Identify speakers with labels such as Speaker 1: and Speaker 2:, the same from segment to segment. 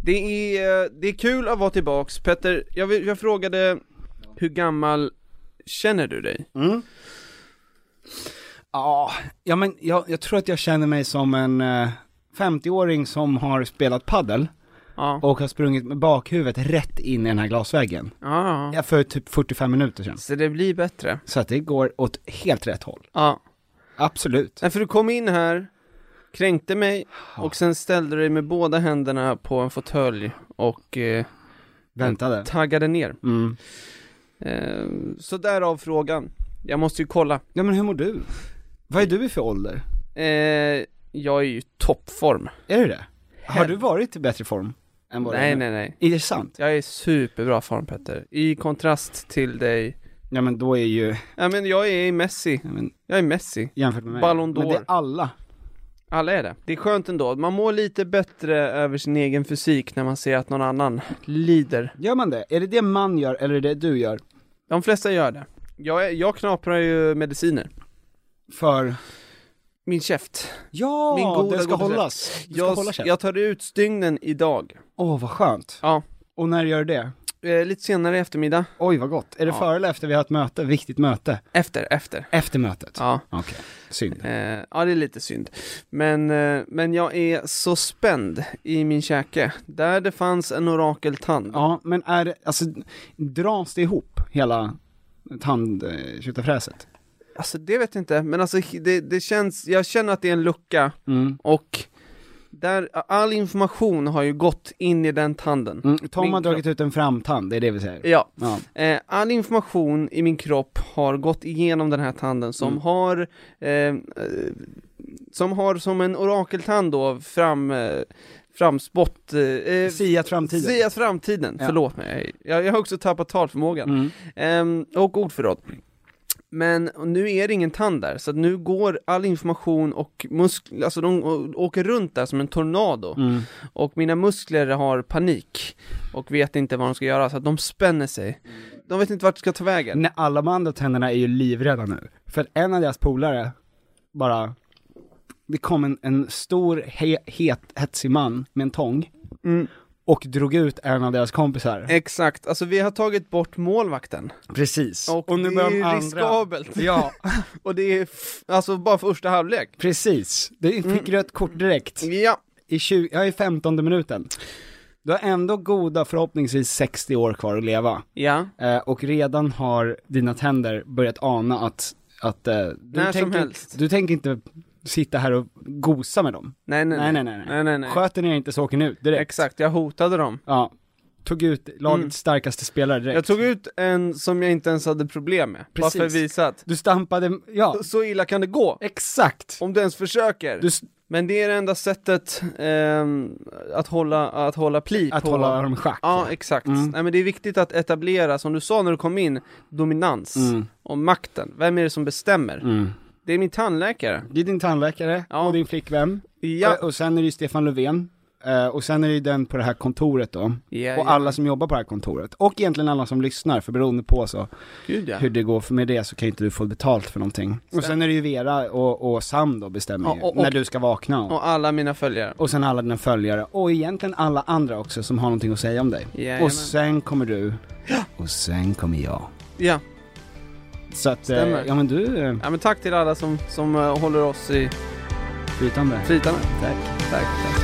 Speaker 1: Det är, det är kul att vara tillbaks, Petter, jag, vill- jag frågade hur gammal känner du dig?
Speaker 2: Ja, ja men jag, jag tror att jag känner mig som en eh, 50-åring som har spelat paddel
Speaker 1: Ja,
Speaker 2: och har sprungit med bakhuvudet rätt in i den här glasväggen.
Speaker 1: ja, ja.
Speaker 2: Ja, för typ 45 minuter sedan.
Speaker 1: Så det blir bättre?
Speaker 2: Så att det går åt helt rätt håll.
Speaker 1: Ja.
Speaker 2: Absolut.
Speaker 1: Nej, för du kom in här, kränkte mig och sen ställde du dig med båda händerna på en fåtölj och eh,
Speaker 2: Väntade.
Speaker 1: taggade ner.
Speaker 2: Mm.
Speaker 1: Eh, så därav frågan. Jag måste ju kolla.
Speaker 2: Ja men hur mår du? Vad är du i för ålder?
Speaker 1: Eh, jag är ju i toppform.
Speaker 2: Är du det? Har du varit i bättre form än vad du
Speaker 1: Nej,
Speaker 2: är nu?
Speaker 1: nej, nej.
Speaker 2: Är det sant?
Speaker 1: Jag är i superbra form Petter. I kontrast till dig.
Speaker 2: Ja men då är ju,
Speaker 1: Ja men jag är i Messi.
Speaker 2: ja, men,
Speaker 1: Jag är Messi.
Speaker 2: jämfört med mig.
Speaker 1: Ballon
Speaker 2: Men det
Speaker 1: d'Or.
Speaker 2: är alla.
Speaker 1: Alla är det. Det är skönt ändå. Man mår lite bättre över sin egen fysik när man ser att någon annan lider.
Speaker 2: Gör man det? Är det det man gör eller är det du gör?
Speaker 1: De flesta gör det. Jag, är- jag knaprar ju mediciner.
Speaker 2: För?
Speaker 1: Min käft.
Speaker 2: Ja!
Speaker 1: Min goda,
Speaker 2: det ska
Speaker 1: goda
Speaker 2: hållas. Du ska
Speaker 1: Jag,
Speaker 2: hålla käft.
Speaker 1: jag tar ut stygnen idag.
Speaker 2: Åh vad skönt.
Speaker 1: Ja.
Speaker 2: Och när gör du det?
Speaker 1: Eh, lite senare i eftermiddag.
Speaker 2: Oj vad gott. Är det
Speaker 1: Ja.
Speaker 2: före eller efter vi har ett möte? Viktigt möte?
Speaker 1: Efter, efter.
Speaker 2: Efter mötet?
Speaker 1: Ja,
Speaker 2: Okej. Synd.
Speaker 1: eh, ja det är lite synd. Men, eh, men jag är så spänd i min käke. Där det fanns en orakeltand.
Speaker 2: Ja, men är det, alltså, dras det ihop hela tandköttafräset?
Speaker 1: Alltså det vet jag inte, men alltså det, det känns, jag känner att det är en lucka
Speaker 2: Mm.
Speaker 1: och där, all information har ju gått in i den tanden.
Speaker 2: Mm. Tom
Speaker 1: Min
Speaker 2: har dragit
Speaker 1: kropp.
Speaker 2: ut en framtand, det är det vi säger.
Speaker 1: Ja,
Speaker 2: Ja.
Speaker 1: Eh, all information i min kropp har gått igenom den här tanden som
Speaker 2: Mm.
Speaker 1: har eh, eh, som har som en orakeltand då fram eh, framspott eh, eh,
Speaker 2: Siat framtiden.
Speaker 1: siat framtiden,
Speaker 2: Ja.
Speaker 1: förlåt mig. Jag, jag har också tappat talförmågan.
Speaker 2: Mm.
Speaker 1: Ehm, och ordförråd. Men nu är det ingen tand där, så att nu går all information och muskler, alltså de å- åker runt där som en tornado.
Speaker 2: Mm.
Speaker 1: Och mina muskler har panik och vet inte vad de ska göra, så att de spänner sig. De vet inte vart de ska ta vägen.
Speaker 2: Nej, alla de andra tänderna är ju livrädda nu. För att en av deras polare bara, det kom en, en stor he, het, hetsig man med en tång
Speaker 1: Mm,
Speaker 2: och drog ut en av deras kompisar.
Speaker 1: exakt, alltså vi har tagit bort målvakten.
Speaker 2: Precis.
Speaker 1: Och, det är ju riskabelt.
Speaker 2: Ja,
Speaker 1: Och det är, f- alltså bara första halvlek.
Speaker 2: precis. Det fick
Speaker 1: Mm.
Speaker 2: rött kort direkt.
Speaker 1: Ja,
Speaker 2: I, 20, ja, i 15 minuten. Du har ändå goda, förhoppningsvis 60 år kvar att leva.
Speaker 1: ja.
Speaker 2: Eh, och redan har dina tänder börjat ana att, att eh, du,
Speaker 1: När som
Speaker 2: tänker,
Speaker 1: helst.
Speaker 2: du tänker inte sitta här och gosa med dem.
Speaker 1: Nej, nej,
Speaker 2: Nej, nej, nej. nej.
Speaker 1: nej, nej, nej.
Speaker 2: Sköter ni inte så åker ni ut direkt.
Speaker 1: Exakt, jag hotade dem.
Speaker 2: Ja. Tog ut lagets
Speaker 1: Mm.
Speaker 2: starkaste spelare direkt.
Speaker 1: Jag tog ut en som jag inte ens hade problem med, bara
Speaker 2: Precis.
Speaker 1: för att visa att
Speaker 2: Du stampade, ja,
Speaker 1: så illa kan det gå,
Speaker 2: exakt.
Speaker 1: om du ens försöker.
Speaker 2: Du, s-
Speaker 1: Men det är det enda sättet ehm, att, hålla, att hålla pli
Speaker 2: att
Speaker 1: på...
Speaker 2: hålla dem i schack.
Speaker 1: Ja, exakt.
Speaker 2: Mm.
Speaker 1: Nej, men det är viktigt att etablera, som du sa när du kom in, dominans
Speaker 2: Mm.
Speaker 1: och makten. Vem är det som bestämmer?
Speaker 2: Mm.
Speaker 1: Det är min tandläkare.
Speaker 2: Det är din tandläkare
Speaker 1: Ja.
Speaker 2: och din flickvän. Eh,
Speaker 1: Ja.
Speaker 2: Och, och sen är det ju Stefan Löfven. Eh, och sen är det ju den på det här kontoret då.
Speaker 1: Ja, ja.
Speaker 2: Och alla som jobbar på det här kontoret. Och egentligen alla som lyssnar, för beroende på så
Speaker 1: Gud ja.
Speaker 2: hur det går för med det så kan ju inte du få betalt för någonting. Och sen är det ju Vera och, och Sam då bestämmer
Speaker 1: Ja,
Speaker 2: ju,
Speaker 1: och- och-
Speaker 2: när du ska vakna. Och,
Speaker 1: Och alla mina följare.
Speaker 2: och sen alla dina följare, och egentligen alla andra också som har någonting att säga om dig.
Speaker 1: Jajamän.
Speaker 2: och sen kommer du, och sen kommer jag.
Speaker 1: Ja.
Speaker 2: Så att, eh,
Speaker 1: Stämmer.
Speaker 2: ja men du, eh,
Speaker 1: ja, men tack till alla som, som eh, håller oss i
Speaker 2: flytande.
Speaker 1: flytande.
Speaker 2: Tack.
Speaker 1: Tack.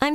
Speaker 3: I'm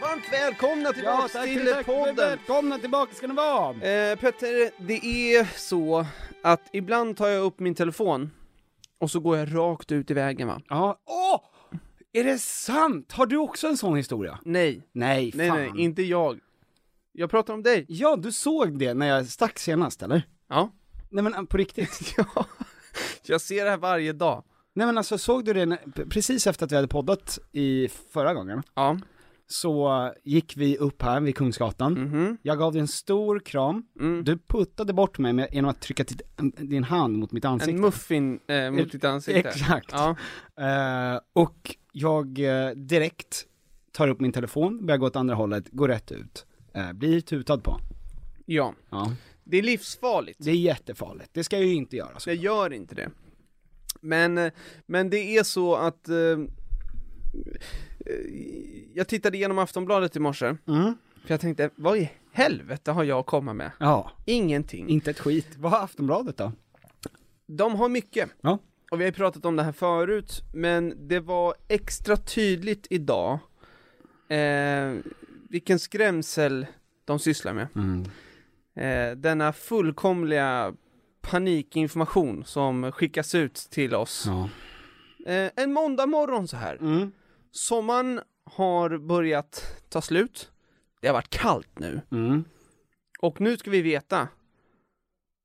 Speaker 1: Varmt välkomna tillbaks till podden!
Speaker 2: Välkomna tillbaka ska ni vara!
Speaker 1: Eh, Petter, det är så att ibland tar jag upp min telefon och så går jag rakt ut i vägen va?
Speaker 2: Ja, åh! Är det sant? Har du också en sån historia?
Speaker 1: Nej.
Speaker 2: Nej,
Speaker 1: Nej,
Speaker 2: fan.
Speaker 1: nej, inte jag. Jag pratar om dig.
Speaker 2: Ja, du såg det när jag stack senast, eller?
Speaker 1: Ja.
Speaker 2: Nej men eh, på riktigt.
Speaker 1: ja. Jag ser det här varje dag.
Speaker 2: Nej men alltså såg du det när, p- precis efter att vi hade poddat i förra gången?
Speaker 1: Ja.
Speaker 2: Så eh, gick vi upp här vid Kungsgatan,
Speaker 1: Mhm.
Speaker 2: jag gav dig en stor kram,
Speaker 1: Mm.
Speaker 2: du puttade bort mig med, genom att trycka ditt, din hand mot mitt ansikte.
Speaker 1: En muffin eh, mot ditt ansikte.
Speaker 2: Exakt.
Speaker 1: Ja.
Speaker 2: Eh, och jag eh, direkt tar upp min telefon, börjar gå åt andra hållet, går rätt ut, eh, blir tutad på.
Speaker 1: ja.
Speaker 2: Ja.
Speaker 1: Det är livsfarligt.
Speaker 2: Det är jättefarligt, det ska jag ju inte göra. Så.
Speaker 1: Jag gör inte det. Men, eh, men det är så att eh, eh, jag tittade igenom Aftonbladet i morse, för jag tänkte, vad i helvete har jag att komma med?
Speaker 2: Ja,
Speaker 1: Ingenting.
Speaker 2: inte ett skit. Vad har Aftonbladet då?
Speaker 1: De har mycket.
Speaker 2: Ja.
Speaker 1: Och vi har ju pratat om det här förut, men det var extra tydligt idag eh, vilken skrämsel de sysslar med. Eh, denna fullkomliga panikinformation som skickas ut till oss.
Speaker 2: Ja.
Speaker 1: Eh, en måndag morgon så här.
Speaker 2: Mm.
Speaker 1: Sommaren har börjat ta slut. Det har varit kallt nu.
Speaker 2: Mm.
Speaker 1: Och nu ska vi veta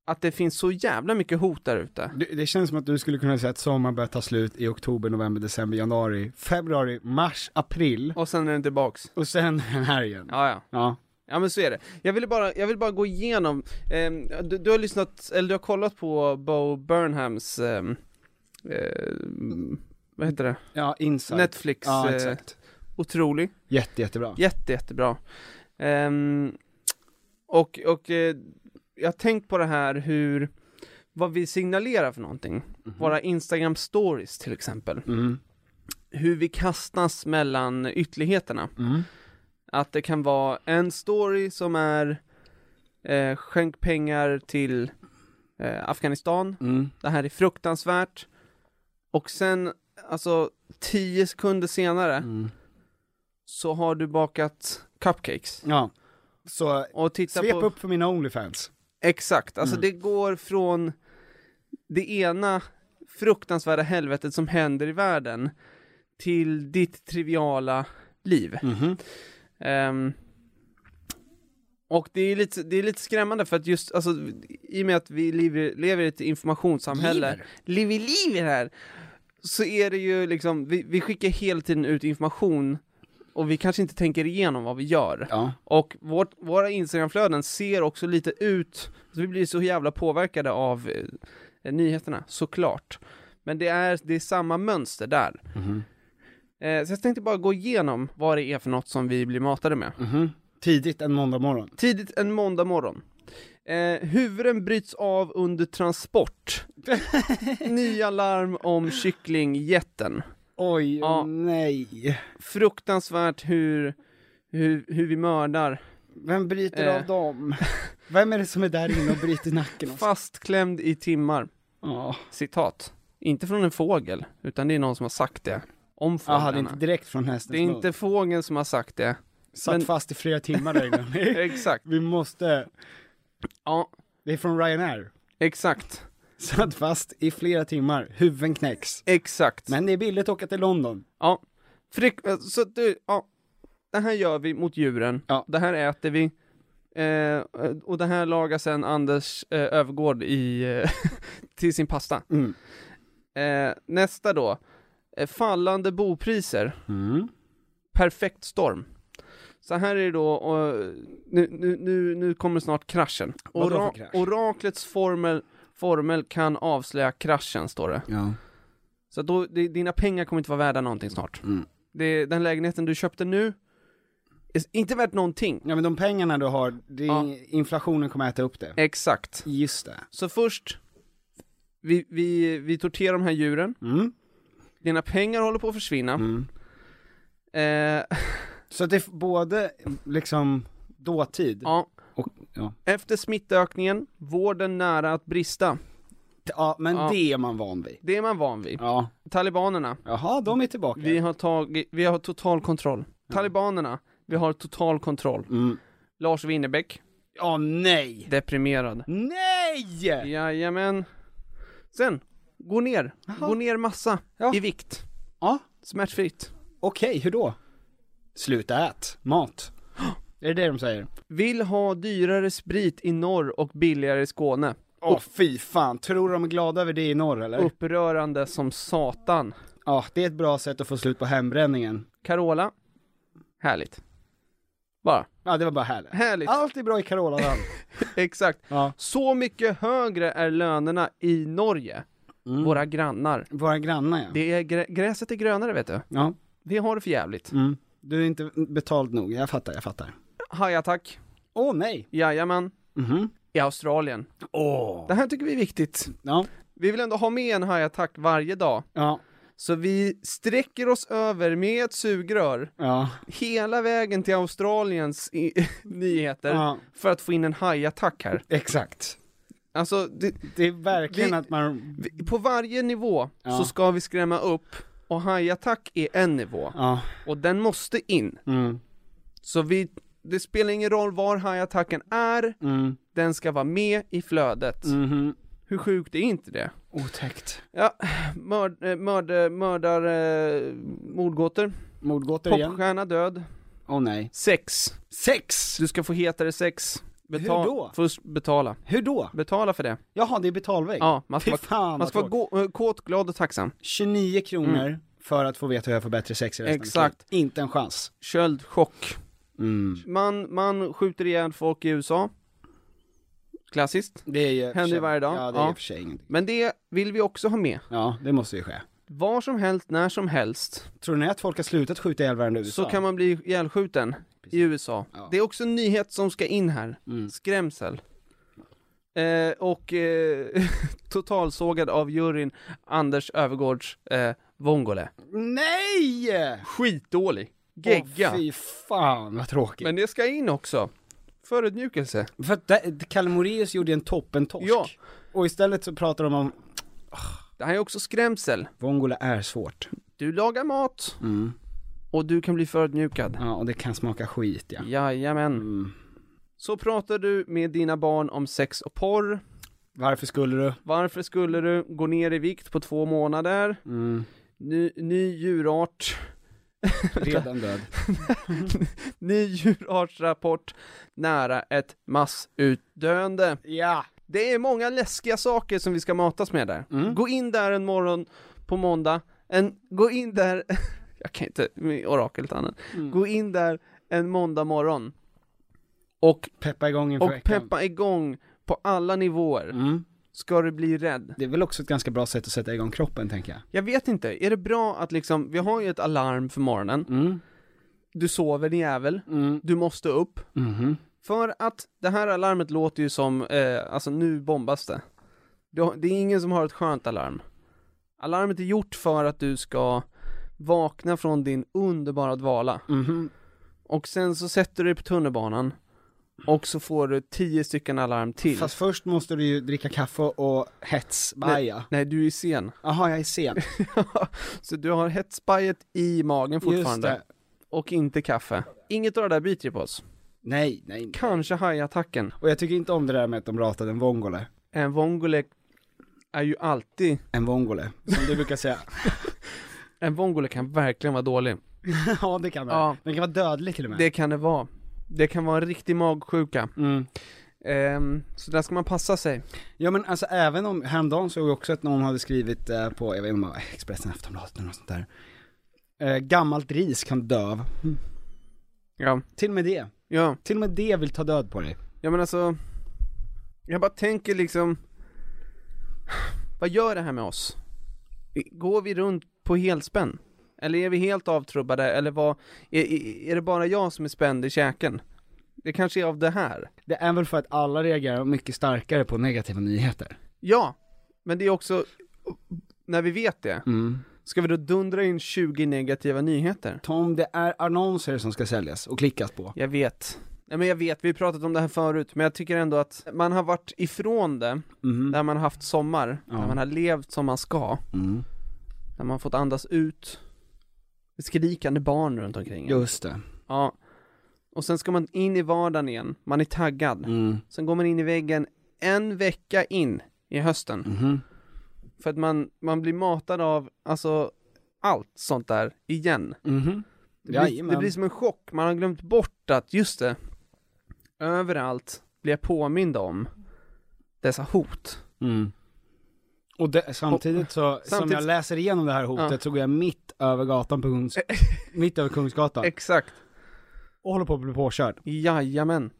Speaker 1: att det finns så jävla mycket hot där ute.
Speaker 2: Det, det känns som att du skulle kunna säga att sommaren börjar ta slut i oktober, november, december, januari, februari, mars, april
Speaker 1: Och sen är den tillbaks.
Speaker 2: och sen här igen.
Speaker 1: Ja, ja.
Speaker 2: Ja.
Speaker 1: Ja men så är det. Jag ville bara, jag vill bara gå igenom, ehm, du, du har lyssnat, eller du har kollat på Bo Burnhams, ehm, ehm, vad heter det?
Speaker 2: Ja, insight.
Speaker 1: Netflix,
Speaker 2: Ja,
Speaker 1: eh,
Speaker 2: exakt.
Speaker 1: otrolig,
Speaker 2: Jätte, jättebra.
Speaker 1: jätte jättebra. Ehm, och, och eh, jag har tänkt på det här hur, vad vi signalerar för någonting.
Speaker 2: Mhm.
Speaker 1: Våra Instagram stories till exempel.
Speaker 2: Mm.
Speaker 1: Hur vi kastas mellan ytterligheterna.
Speaker 2: Mm.
Speaker 1: att det kan vara en story som är eh, skänk pengar till eh, Afghanistan,
Speaker 2: Mm.
Speaker 1: det här är fruktansvärt och sen, alltså tio sekunder senare
Speaker 2: Mm.
Speaker 1: så har du bakat cupcakes
Speaker 2: Ja. Så
Speaker 1: och titta
Speaker 2: Svep
Speaker 1: på,
Speaker 2: upp för mina Onlyfans.
Speaker 1: exakt, alltså det går från det ena fruktansvärda helvetet som händer i världen till ditt triviala liv. Ehm, och det är, lite, det är lite skrämmande för att just, alltså, i och med att vi lever, lever i ett informationssamhälle, lever i livet här, så är det ju liksom, vi, vi skickar hela tiden ut information och vi kanske inte tänker igenom vad vi gör.
Speaker 2: Ja.
Speaker 1: Och vårt, våra Instagramflöden ser också lite ut, alltså vi blir så jävla påverkade av eh, nyheterna, såklart. Men det är, det är samma mönster där. Eh, så jag tänkte bara gå igenom vad det är för något som vi blir matade med.
Speaker 2: Tidigt en måndag morgon.
Speaker 1: Tidigt en måndag morgon. Eh, huvuden bryts av under transport. Nya larm om kycklingjätten.
Speaker 2: Oj,
Speaker 1: Ja.
Speaker 2: nej.
Speaker 1: Fruktansvärt hur, hur, hur vi mördar.
Speaker 2: Vem bryter
Speaker 1: Eh.
Speaker 2: av dem? Vem är det som är där inne och bryter nacken? av-
Speaker 1: Fastklämd i timmar.
Speaker 2: Ja,
Speaker 1: Citat. Inte från en fågel, utan det är någon som har sagt det. Om
Speaker 2: Jaha, det är
Speaker 1: fåglarna.
Speaker 2: inte direkt från hästens
Speaker 1: det är inte fågeln som har sagt det.
Speaker 2: Satt
Speaker 1: men-
Speaker 2: fast i flera timmar där inne.
Speaker 1: Exakt.
Speaker 2: Vi måste,
Speaker 1: Ja,
Speaker 2: det är från Ryanair.
Speaker 1: exakt.
Speaker 2: Satt fast i flera timmar, huvuden knäcks.
Speaker 1: Exakt.
Speaker 2: Men det är billigt att åka till London.
Speaker 1: Ja. Frik- eh, så att du, ja. Det här gör vi mot djuren.
Speaker 2: Ja.
Speaker 1: Det här äter vi. Eh, och det här lagar sen Anders eh, Övergård i, eh, till sin pasta.
Speaker 2: Mm.
Speaker 1: Eh, nästa då. Eh, fallande bopriser.
Speaker 2: Mm.
Speaker 1: Perfekt storm. Så här är det då, och nu, nu, nu, nu kommer snart kraschen.
Speaker 2: Vadå för krasch?
Speaker 1: Oraklets formel, formel kan avslöja kraschen, står det.
Speaker 2: Ja.
Speaker 1: Så att då, di- dina pengar kommer inte vara värda någonting snart.
Speaker 2: Mm.
Speaker 1: Det, den lägenheten du köpte nu, är s- inte värt någonting.
Speaker 2: ja, men de pengarna du har, det är,
Speaker 1: Ja.
Speaker 2: inflationen kommer äta upp det.
Speaker 1: Exakt.
Speaker 2: Just det.
Speaker 1: Så först, vi, vi, vi torterar de här djuren,
Speaker 2: Mm.
Speaker 1: dina pengar håller på att försvinna.
Speaker 2: Mm.
Speaker 1: Eh,
Speaker 2: Så att det är både liksom dåtid
Speaker 1: ja.
Speaker 2: och, ja.
Speaker 1: Efter smittökningen, vården nära att brista.
Speaker 2: ja, men
Speaker 1: Ja.
Speaker 2: det är man van vid.
Speaker 1: Det är man van vid.
Speaker 2: Ja.
Speaker 1: Talibanerna,
Speaker 2: Jaha, de är tillbaka.
Speaker 1: vi har, tagit, vi har total kontroll. Talibanerna, vi har total kontroll.
Speaker 2: Mm.
Speaker 1: Lars Winnerbäck,
Speaker 2: Ja, nej!
Speaker 1: deprimerad.
Speaker 2: Nej!
Speaker 1: Jajamän. Sen, gå ner. Gå ner massa
Speaker 2: Ja.
Speaker 1: i vikt.
Speaker 2: Ja,
Speaker 1: Smärtfritt.
Speaker 2: okej, hur då? Sluta ät mat. är det det de säger?
Speaker 1: Vill ha dyrare sprit i norr och billigare i Skåne.
Speaker 2: Åh fy fan, tror de är glada över det i norr eller? Ja,
Speaker 1: Upprörande som satan.
Speaker 2: det är ett bra sätt att få slut på hembränningen.
Speaker 1: Carola. Härligt. Bara.
Speaker 2: Ja, det var bara härligt.
Speaker 1: Härligt.
Speaker 2: Allt är bra i Carola
Speaker 1: Exakt.
Speaker 2: Ja.
Speaker 1: Så mycket högre är lönerna i Norge.
Speaker 2: Mm.
Speaker 1: Våra grannar.
Speaker 2: Våra grannar ja.
Speaker 1: Det är grä- gräset är grönare vet du.
Speaker 2: Ja,
Speaker 1: Vi har det för jävligt.
Speaker 2: mm. Du är inte betald nog, jag fattar, jag fattar.
Speaker 1: Hajattack.
Speaker 2: Åh nej!
Speaker 1: Jajamän.
Speaker 2: Mhm.
Speaker 1: I Australien.
Speaker 2: Åh!
Speaker 1: Det här tycker vi är viktigt.
Speaker 2: Ja,
Speaker 1: Vi vill ändå ha med en hajattack varje dag.
Speaker 2: ja,
Speaker 1: Så vi sträcker oss över med ett sugrör
Speaker 2: ja.
Speaker 1: hela vägen till Australiens i- nyheter
Speaker 2: Ja.
Speaker 1: för att få in en hajattack här.
Speaker 2: Exakt.
Speaker 1: Alltså, det,
Speaker 2: Det är verkligen
Speaker 1: Vi-
Speaker 2: att man...
Speaker 1: vi- på varje nivå
Speaker 2: Ja.
Speaker 1: så ska vi skrämma upp och hajattack är en nivå
Speaker 2: Ja,
Speaker 1: och den måste in.
Speaker 2: mm,
Speaker 1: Så vi, det spelar ingen roll var hajattacken är,
Speaker 2: mm,
Speaker 1: den ska vara med i flödet.
Speaker 2: mhm.
Speaker 1: Hur sjukt är inte det?
Speaker 2: Otäckt.
Speaker 1: Ja, mörd, eh, mörd, eh, mördar, eh, mordgåtor,
Speaker 2: Mordgåtor igen?
Speaker 1: popstjärna död,
Speaker 2: Åh nej.
Speaker 1: sex.
Speaker 2: Sex!
Speaker 1: Du ska få hetare sex. Betal-
Speaker 2: Hur då?
Speaker 1: Först betala.
Speaker 2: Hur då?
Speaker 1: Betala för det.
Speaker 2: Jaha, det är betalvägg?
Speaker 1: Ja, man ska,
Speaker 2: Fy
Speaker 1: vara,
Speaker 2: fan,
Speaker 1: man
Speaker 2: vad
Speaker 1: ska vara gå- eh, kåt, glad och tacksam.
Speaker 2: 29 kronor för att få veta hur jag får bättre sex i resten av mitt
Speaker 1: Exakt.
Speaker 2: liv. Inte en chans.
Speaker 1: Köldchock.
Speaker 2: Mm.
Speaker 1: Man, man skjuter ihjäl folk i USA. Klassiskt.
Speaker 2: Det är ju för
Speaker 1: Händer
Speaker 2: sig-
Speaker 1: varje dag.
Speaker 2: Ja, det
Speaker 1: Ja.
Speaker 2: är i och för sig ingenting.
Speaker 1: Men det vill vi också ha med.
Speaker 2: Ja, det måste ju ske.
Speaker 1: Var som helst, när som helst,
Speaker 2: Tror ni att folk har slutat skjuta ihjäl varandra i USA?
Speaker 1: så kan man bli ihjälskjuten i USA.
Speaker 2: Ja. Mm.
Speaker 1: Det är också en nyhet som ska in här. Skrämsel. Eh, och eh, totalsågad av juryn Anders Övergårds eh, Vongole.
Speaker 2: Nej!
Speaker 1: Skitdålig. Gegga.
Speaker 2: Åh, fy fan vad tråkigt.
Speaker 1: Men det ska in också. Förödmjukelse.
Speaker 2: För att där- Kalle Moraeus gjorde en toppentorsk.
Speaker 1: Ja.
Speaker 2: Och istället så pratar de om,
Speaker 1: Det här är också skrämsel.
Speaker 2: vongola är svårt.
Speaker 1: Du lagar mat
Speaker 2: Mm.
Speaker 1: och du kan bli förödmjukad.
Speaker 2: Ja, och det kan smaka skit ja.
Speaker 1: Jajamän.
Speaker 2: Mm.
Speaker 1: Så pratar du med dina barn om sex och porr.
Speaker 2: Varför skulle du?
Speaker 1: Varför skulle du gå ner i vikt på två månader?
Speaker 2: Mm.
Speaker 1: Ny, ny djurart.
Speaker 2: Redan död.
Speaker 1: Ny djurartsrapport nära ett massutdöende.
Speaker 2: ja!
Speaker 1: Det är många läskiga saker som vi ska matas med där.
Speaker 2: Mm.
Speaker 1: Gå in där en morgon på måndag, en, gå in där, jag kan inte med oraklet annan.
Speaker 2: Mm.
Speaker 1: Gå in där en måndag morgon och,
Speaker 2: Peppa igång inför
Speaker 1: och
Speaker 2: veckan.
Speaker 1: peppa igång på alla nivåer.
Speaker 2: Mm.
Speaker 1: Ska du bli rädd?
Speaker 2: Det är väl också ett ganska bra sätt att sätta igång kroppen tänker jag.
Speaker 1: Jag vet inte, är det bra att liksom, vi har ju ett alarm för morgonen,
Speaker 2: Mm.
Speaker 1: du sover din jävel,
Speaker 2: Mm.
Speaker 1: du måste upp.
Speaker 2: Mhm.
Speaker 1: För att det här alarmet låter ju som, eh, alltså nu bombas det. Du har- Det är ingen som har ett skönt alarm. Alarmet är gjort för att du ska vakna från din underbara dvala.
Speaker 2: Mhm.
Speaker 1: Och sen så sätter du dig på tunnelbanan och så får du tio stycken alarm till.
Speaker 2: Fast först måste du ju dricka kaffe och hetsbaja.
Speaker 1: Nej, du är sen.
Speaker 2: Jaha, jag är sen.
Speaker 1: så du har hetspajet i magen fortfarande.
Speaker 2: Just det.
Speaker 1: Och inte kaffe. Inget av det där biter ju på oss.
Speaker 2: Nej, nej, nej.
Speaker 1: Kanske hajattacken.
Speaker 2: Och jag tycker inte om det där med att de ratade en vongole.
Speaker 1: En vongole är ju alltid,
Speaker 2: En vongole, som du brukar säga.
Speaker 1: en vongole kan verkligen vara dålig.
Speaker 2: ja, det kan vara.
Speaker 1: Ja.
Speaker 2: Den kan vara dödlig till och med.
Speaker 1: Det kan det vara. Det kan vara en riktig magsjuka.
Speaker 2: Mm.
Speaker 1: Ehm, så där ska man passa sig.
Speaker 2: Ja men alltså även om, häromdagen såg jag också att någon hade skrivit eh, på, jag vet inte om det var Expressen, Aftonbladet eller något sånt där. Eh, gammalt ris kan dö av.
Speaker 1: Ja,
Speaker 2: Till och med det.
Speaker 1: ja.
Speaker 2: Till och med det vill ta död på dig.
Speaker 1: Ja men alltså, jag bara tänker liksom, vad gör det här med oss? Går vi runt på helspänn? Eller är vi helt avtrubbade? Eller vad, är, är- är det bara jag som är spänd i käken? Det kanske är av det här?
Speaker 2: Det är väl för att alla reagerar mycket starkare på negativa nyheter.
Speaker 1: Ja, men det är också, när vi vet det, ska vi då dundra in 20 negativa nyheter?
Speaker 2: Tom, det är annonser som ska säljas och klickas på.
Speaker 1: Jag vet. Nej men jag vet, vi har pratat om det här förut, men jag tycker ändå att man har varit ifrån det,
Speaker 2: Mhm.
Speaker 1: där man har haft sommar, där man har levt som man ska, där man fått andas ut, med skrikande barn runt omkring en.
Speaker 2: Just det.
Speaker 1: Ja. Och sen ska man in i vardagen igen, man är taggad.
Speaker 2: Mm.
Speaker 1: Sen går man in i väggen en vecka in i hösten.
Speaker 2: Mhm.
Speaker 1: För att man, man blir matad av, alltså, allt sånt där igen. Det blir,
Speaker 2: Jajamän.
Speaker 1: Mhm. det blir som en chock, man har glömt bort att, just det, överallt blir jag påmind om dessa hot.
Speaker 2: Mm. Och det, samtidigt så, som
Speaker 1: Samtidigt-
Speaker 2: jag läser igenom det här hotet
Speaker 1: Ja.
Speaker 2: så går jag mitt över gatan på Kungs... mitt över Kungsgatan.
Speaker 1: Exakt,
Speaker 2: Och håller på att bli påkörd.
Speaker 1: jajamän.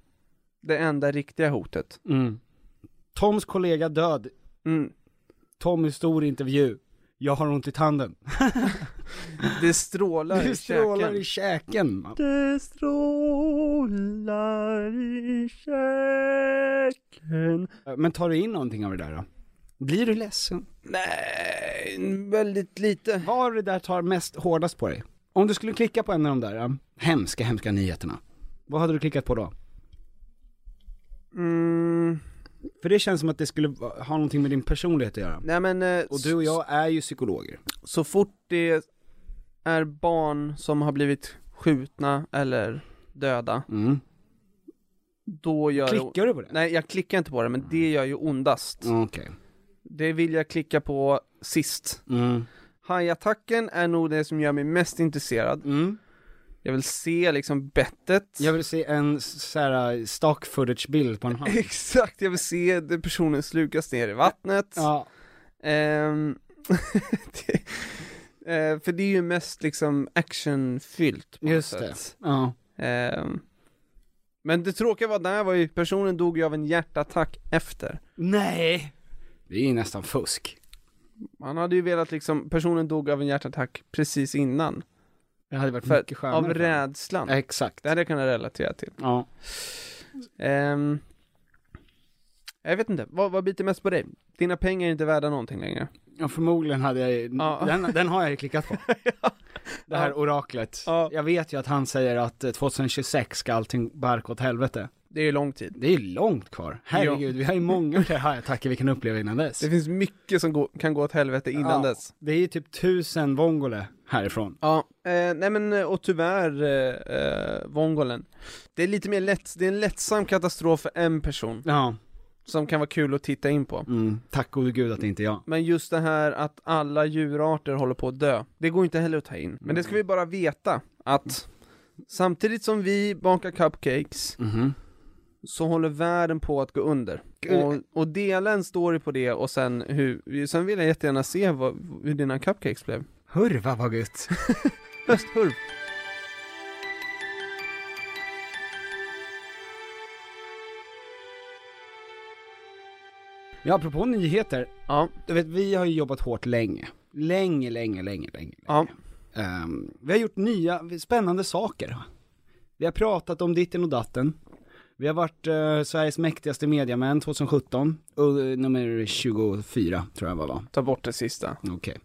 Speaker 1: Det enda riktiga hotet.
Speaker 2: Mm. Toms kollega död.
Speaker 1: Mm.
Speaker 2: Tom i stor intervju. Jag har ont i tanden.
Speaker 1: Det strålar i
Speaker 2: Du strålar
Speaker 1: käken.
Speaker 2: i käken. man.
Speaker 1: Det strålar i käken.
Speaker 2: Men tar du in någonting av det där då? Blir du ledsen?
Speaker 1: Nej, väldigt lite.
Speaker 2: Vad av det där tar mest hårdast på dig? Om du skulle klicka på en av de där eh, hemska, hemska nyheterna. Vad hade du klickat på då?
Speaker 1: Mm.
Speaker 2: För det känns som att det skulle va- ha någonting med din personlighet att göra.
Speaker 1: Nej men, eh,
Speaker 2: Och du och jag är ju psykologer.
Speaker 1: så fort det är barn som har blivit skjutna eller döda,
Speaker 2: Mm.
Speaker 1: då gör det...
Speaker 2: Klickar du på det?
Speaker 1: Nej, jag klickar inte på det, men
Speaker 2: Mm.
Speaker 1: det gör ju ondast.
Speaker 2: Okej.
Speaker 1: Det vill jag klicka på sist.
Speaker 2: Mm.
Speaker 1: Hajattacken är nog det som gör mig mest intresserad.
Speaker 2: Mm.
Speaker 1: Jag vill se liksom bettet.
Speaker 2: Jag vill se en s- så här äh, stock footage-bild på en hand.
Speaker 1: Exakt, jag vill se det personen slukas ner i vattnet.
Speaker 2: Ja.
Speaker 1: Ehm, det, eh, för det är ju mest liksom actionfyllt. på något
Speaker 2: Just det.
Speaker 1: sätt.
Speaker 2: Ja.
Speaker 1: Ehm, men det tråkiga var där var ju, personen dog ju av en hjärtattack efter.
Speaker 2: Nej! Det är ju nästan fusk.
Speaker 1: Man hade ju velat liksom, personen dog av en hjärtattack precis innan.
Speaker 2: Det hade varit
Speaker 1: För,
Speaker 2: mycket skönare.
Speaker 1: av rädslan.
Speaker 2: Exakt.
Speaker 1: Det hade jag kunnat relatera till.
Speaker 2: Ja.
Speaker 1: Ehm, jag vet inte, vad, vad biter mest på dig? Dina pengar är inte värda någonting längre.
Speaker 2: ja, förmodligen hade jag ju,
Speaker 1: Ja.
Speaker 2: den, den har jag ju klickat på. Det här oraklet.
Speaker 1: Ja.
Speaker 2: Jag vet ju att han säger att eh, 2026 ska allting barka åt helvete.
Speaker 1: Det är lång tid.
Speaker 2: Det är ju långt kvar. Herregud, vi har ju många fler hajattacker vi kan uppleva innan dess.
Speaker 1: Det finns mycket som går- kan gå åt helvete innan
Speaker 2: Ja,
Speaker 1: dess.
Speaker 2: Det är ju typ tusen vongole härifrån.
Speaker 1: Ja, eh, nej men eh, och tyvärr eh, eh, Vongolen. Det är lite mer lätt, det är en lättsam katastrof för en person
Speaker 2: Ja,
Speaker 1: som kan vara kul att titta in på.
Speaker 2: mm. tack gode gud att det inte är jag.
Speaker 1: Men just det här att alla djurarter håller på att dö, det går inte heller att ta in. Men det ska vi bara veta att samtidigt som vi bakar cupcakes så håller världen på att gå under. Och, och dela en story på det och sen hur, sen vill jag jättegärna se vad, hur dina cupcakes blev.
Speaker 2: Hurva vad gött.
Speaker 1: Hösthurv.
Speaker 2: Ja, apropå nyheter.
Speaker 1: Ja,
Speaker 2: Du vet, vi har ju jobbat hårt länge. Länge, länge, länge, länge.
Speaker 1: ja,
Speaker 2: Ehm, vi har gjort nya, spännande saker. Vi har pratat om ditten och datten. Vi har varit eh, Sveriges mäktigaste mediamän 2017, och, eh, nummer 24 tror jag var va?
Speaker 1: ta bort det sista.
Speaker 2: Okej.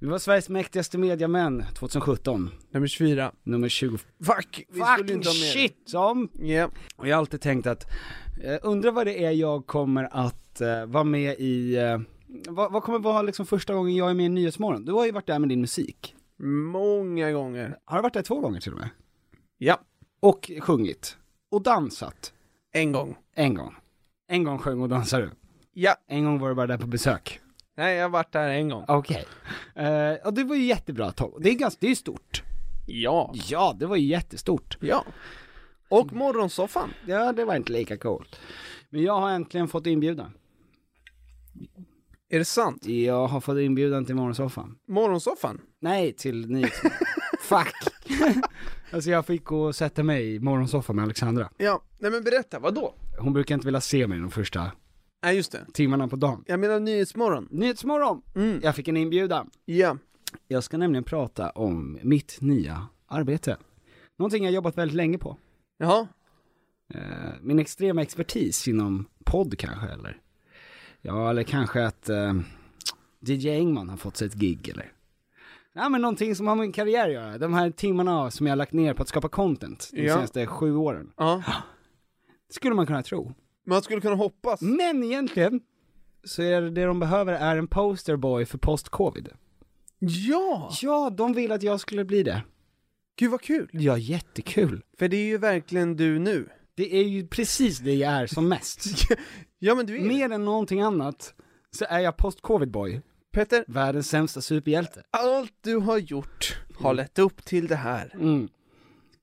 Speaker 2: Vi var Sveriges mäktigaste mediamän 2017,
Speaker 1: Nummer 24.
Speaker 2: nummer 20.
Speaker 1: Fuck! Vi skulle
Speaker 2: Fucking
Speaker 1: inte ha med det.
Speaker 2: shit! Som.
Speaker 1: Ja,
Speaker 2: Och jag har alltid tänkt att, eh, undrar vad det är jag kommer att eh, vara med i, eh, vad, vad kommer vara liksom första gången jag är med i Nyhetsmorgon? Du har ju varit där med din musik.
Speaker 1: många gånger.
Speaker 2: Har du varit där två gånger till och med?
Speaker 1: Ja,
Speaker 2: Och sjungit. Och dansat.
Speaker 1: en gång.
Speaker 2: En gång. En gång sjöng och dansade du.
Speaker 1: Ja,
Speaker 2: En gång var du bara där på besök.
Speaker 1: Nej, jag har varit där en gång.
Speaker 2: Okej. Okay. det var ju jättebra Tom. Det är ganska, det är ju stort.
Speaker 1: Ja.
Speaker 2: Ja, det var ju jättestort.
Speaker 1: Ja. Och morgonsoffan.
Speaker 2: Ja, det var inte lika coolt. Men jag har äntligen fått inbjudan.
Speaker 1: Är det sant?
Speaker 2: Jag har fått inbjudan till morgonsoffan.
Speaker 1: Morgonsoffan?
Speaker 2: Nej, till nyhetsmorgon. Fuck! alltså jag fick gå och sätta mig i morgonsoffan med Alexandra.
Speaker 1: Ja, nej men berätta, vad då?
Speaker 2: Hon brukar inte vilja se mig de första
Speaker 1: Nej, just det.
Speaker 2: timmarna på dagen.
Speaker 1: Jag menar Nyhetsmorgon.
Speaker 2: Nyhetsmorgon!
Speaker 1: Mm.
Speaker 2: Jag fick en inbjudan.
Speaker 1: Ja.
Speaker 2: Jag ska nämligen prata om mitt nya arbete. Någonting jag jobbat väldigt länge på.
Speaker 1: Jaha.
Speaker 2: Eh, min extrema expertis inom podd kanske eller? Ja, eller kanske att eh, DJ Engman har fått sig ett gig eller? Ja men någonting som har med min karriär att göra, de här timmarna som jag har lagt ner på att skapa content de
Speaker 1: Ja.
Speaker 2: senaste sju åren.
Speaker 1: Ja.
Speaker 2: Skulle man kunna tro.
Speaker 1: Man skulle kunna hoppas.
Speaker 2: Men egentligen så är det, det de behöver är en posterboy för post-covid.
Speaker 1: Ja!
Speaker 2: Ja, de ville att jag skulle bli det.
Speaker 1: Gud vad kul.
Speaker 2: Ja, jättekul.
Speaker 1: För det är ju verkligen du nu.
Speaker 2: Det är ju precis det jag är som mest.
Speaker 1: Ja men du är
Speaker 2: Mer än någonting annat så är jag post-covid boy,
Speaker 1: Peter,
Speaker 2: världens sämsta superhjälte.
Speaker 1: allt du har gjort har lett upp till det här.
Speaker 2: Mm.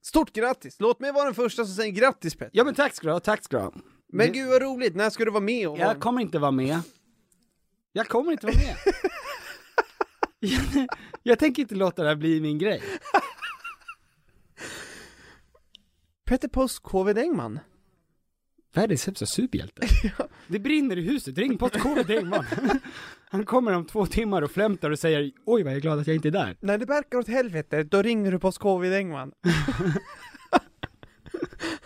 Speaker 1: Stort grattis! Låt mig vara den första som säger grattis Petter.
Speaker 2: Ja men tack ska du ha, tack ska du ha.
Speaker 1: Men gud vad roligt, när ska du vara med? Och
Speaker 2: Jag kommer inte vara med. Jag kommer inte vara med. jag, jag tänker inte låta det här bli min grej.
Speaker 1: Petter Post Covid Engman.
Speaker 2: Världens sämsta superhjälte. Det brinner i huset, ring Post-Covid Engman. Han kommer om två timmar och flämtar och säger oj vad jag är glad att jag inte är där.
Speaker 1: När det verkar åt helvete, då ringer du Post Covid Engman.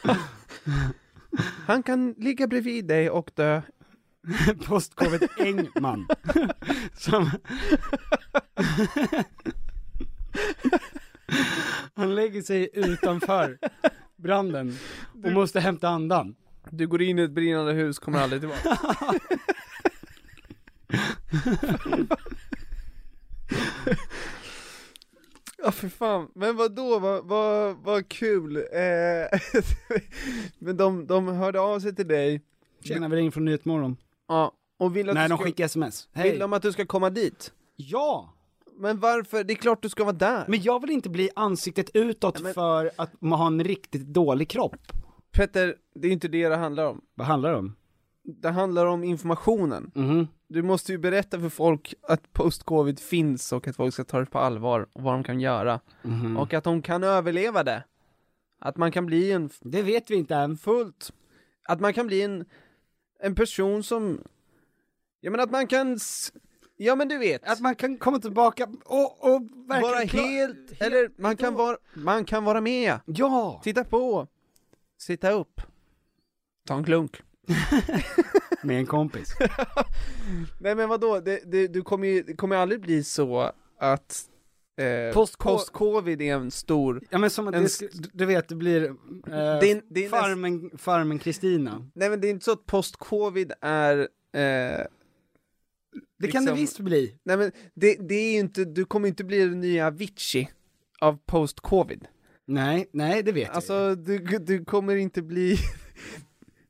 Speaker 1: Han kan ligga bredvid dig och dö.
Speaker 2: Postkovet Engman. Som... Han lägger sig utanför branden och måste hämta andan.
Speaker 1: Du går in i ett brinnande hus, kommer aldrig tillbaka. Ja för fan, men vadå, vad, vad, vad kul! Eh, men de, de hörde av sig till dig,
Speaker 2: Tjena, vi ringer från Nyhetsmorgon.
Speaker 1: ja, och vill att,
Speaker 2: Nej,
Speaker 1: du
Speaker 2: de
Speaker 1: ska,
Speaker 2: skickar sms.
Speaker 1: vill
Speaker 2: Hej.
Speaker 1: de att du ska komma dit.
Speaker 2: Ja!
Speaker 1: Men varför? Det är klart du ska vara där!
Speaker 2: Men jag vill inte bli ansiktet utåt för att man har en riktigt dålig kropp.
Speaker 1: Petter, det är inte det det handlar om.
Speaker 2: Vad handlar det om?
Speaker 1: Det handlar om informationen.
Speaker 2: Mhm.
Speaker 1: Du måste ju berätta för folk att post-covid finns och att folk ska ta det på allvar och vad de kan göra.
Speaker 2: Mhm.
Speaker 1: Och att de kan överleva det. Att man kan bli en f-
Speaker 2: Det vet vi inte än.
Speaker 1: fullt, att man kan bli en, en person som, ja men att man kan, s- ja men du vet.
Speaker 2: Att man kan komma tillbaka och, och verkligen
Speaker 1: vara
Speaker 2: klar-
Speaker 1: helt, eller man kan vara, man kan vara med.
Speaker 2: Ja!
Speaker 1: Titta på, sitta upp, ta en klunk.
Speaker 2: Med en kompis.
Speaker 1: Nej men vadå, det, det, du kommer ju, det kommer ju aldrig bli så att eh,
Speaker 2: Post-
Speaker 1: post-covid är en stor
Speaker 2: Ja men som att
Speaker 1: En
Speaker 2: det, sk- du vet, det blir eh,
Speaker 1: är- det är
Speaker 2: farmen, farmen Kristina.
Speaker 1: Nej men det är inte så att post-covid är eh,
Speaker 2: Det kan det
Speaker 1: Liksom-
Speaker 2: visst bli.
Speaker 1: Nej men det, det är ju inte, du kommer inte bli den nya Avicii av post-covid
Speaker 2: Nej, nej det vet jag.
Speaker 1: Alltså du, du kommer inte bli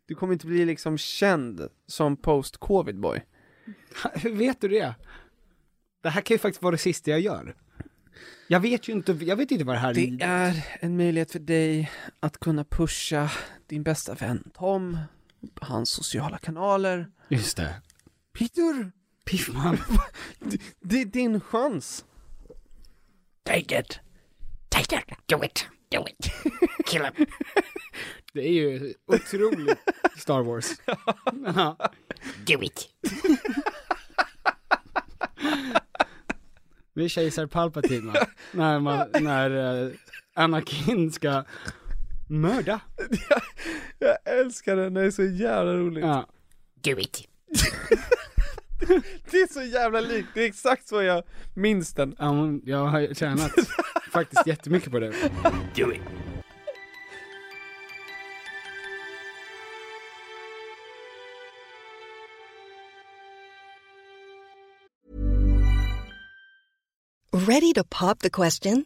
Speaker 1: Du kommer inte bli liksom känd som post-covid boy
Speaker 2: ju. Hur vet du det? Det här kan ju faktiskt vara det sista jag gör. Jag vet ju inte, jag vet inte vad det här
Speaker 1: Det är en möjlighet för dig att kunna pusha din bästa vän Tom Hans sociala kanaler
Speaker 2: Just det.
Speaker 1: Peter!
Speaker 2: Piffman.
Speaker 1: Det, det är din chans! Take it! Take it! Do it! Do it! Kill him!
Speaker 2: Det är ju otroligt Star Wars. Ja.
Speaker 4: Do it.
Speaker 2: Vi är kejsar Palpatine va? när, man, när eh, Anakin ska mörda.
Speaker 1: Jag älskar den, den är så jävla rolig.
Speaker 2: Ja.
Speaker 4: Do it.
Speaker 1: Det är så jävla likt, det är exakt så jag minns den.
Speaker 2: Ja, men jag har tjänat faktiskt jättemycket på det.
Speaker 4: Do it.
Speaker 5: Ready to pop the question?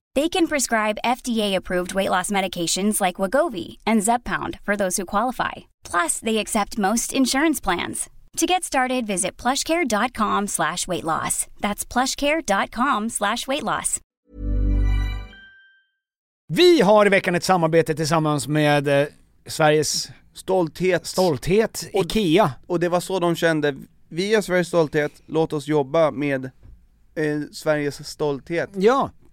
Speaker 5: They can prescribe FDA-approved weight loss medications like Wagovi and Zepbound for those who qualify. Plus, they accept most insurance plans. To get started, visit plushcare.com slash weight loss. That's plushcare.com slash weight loss.
Speaker 2: Vi har i veckan ett samarbete tillsammans med eh, Sveriges
Speaker 1: Stolthet.
Speaker 2: stolthet, IKEA.
Speaker 1: Och det var så de kände, vi är Sveriges stolthet, låt oss jobba med eh, Sveriges stolthet.
Speaker 2: Ja,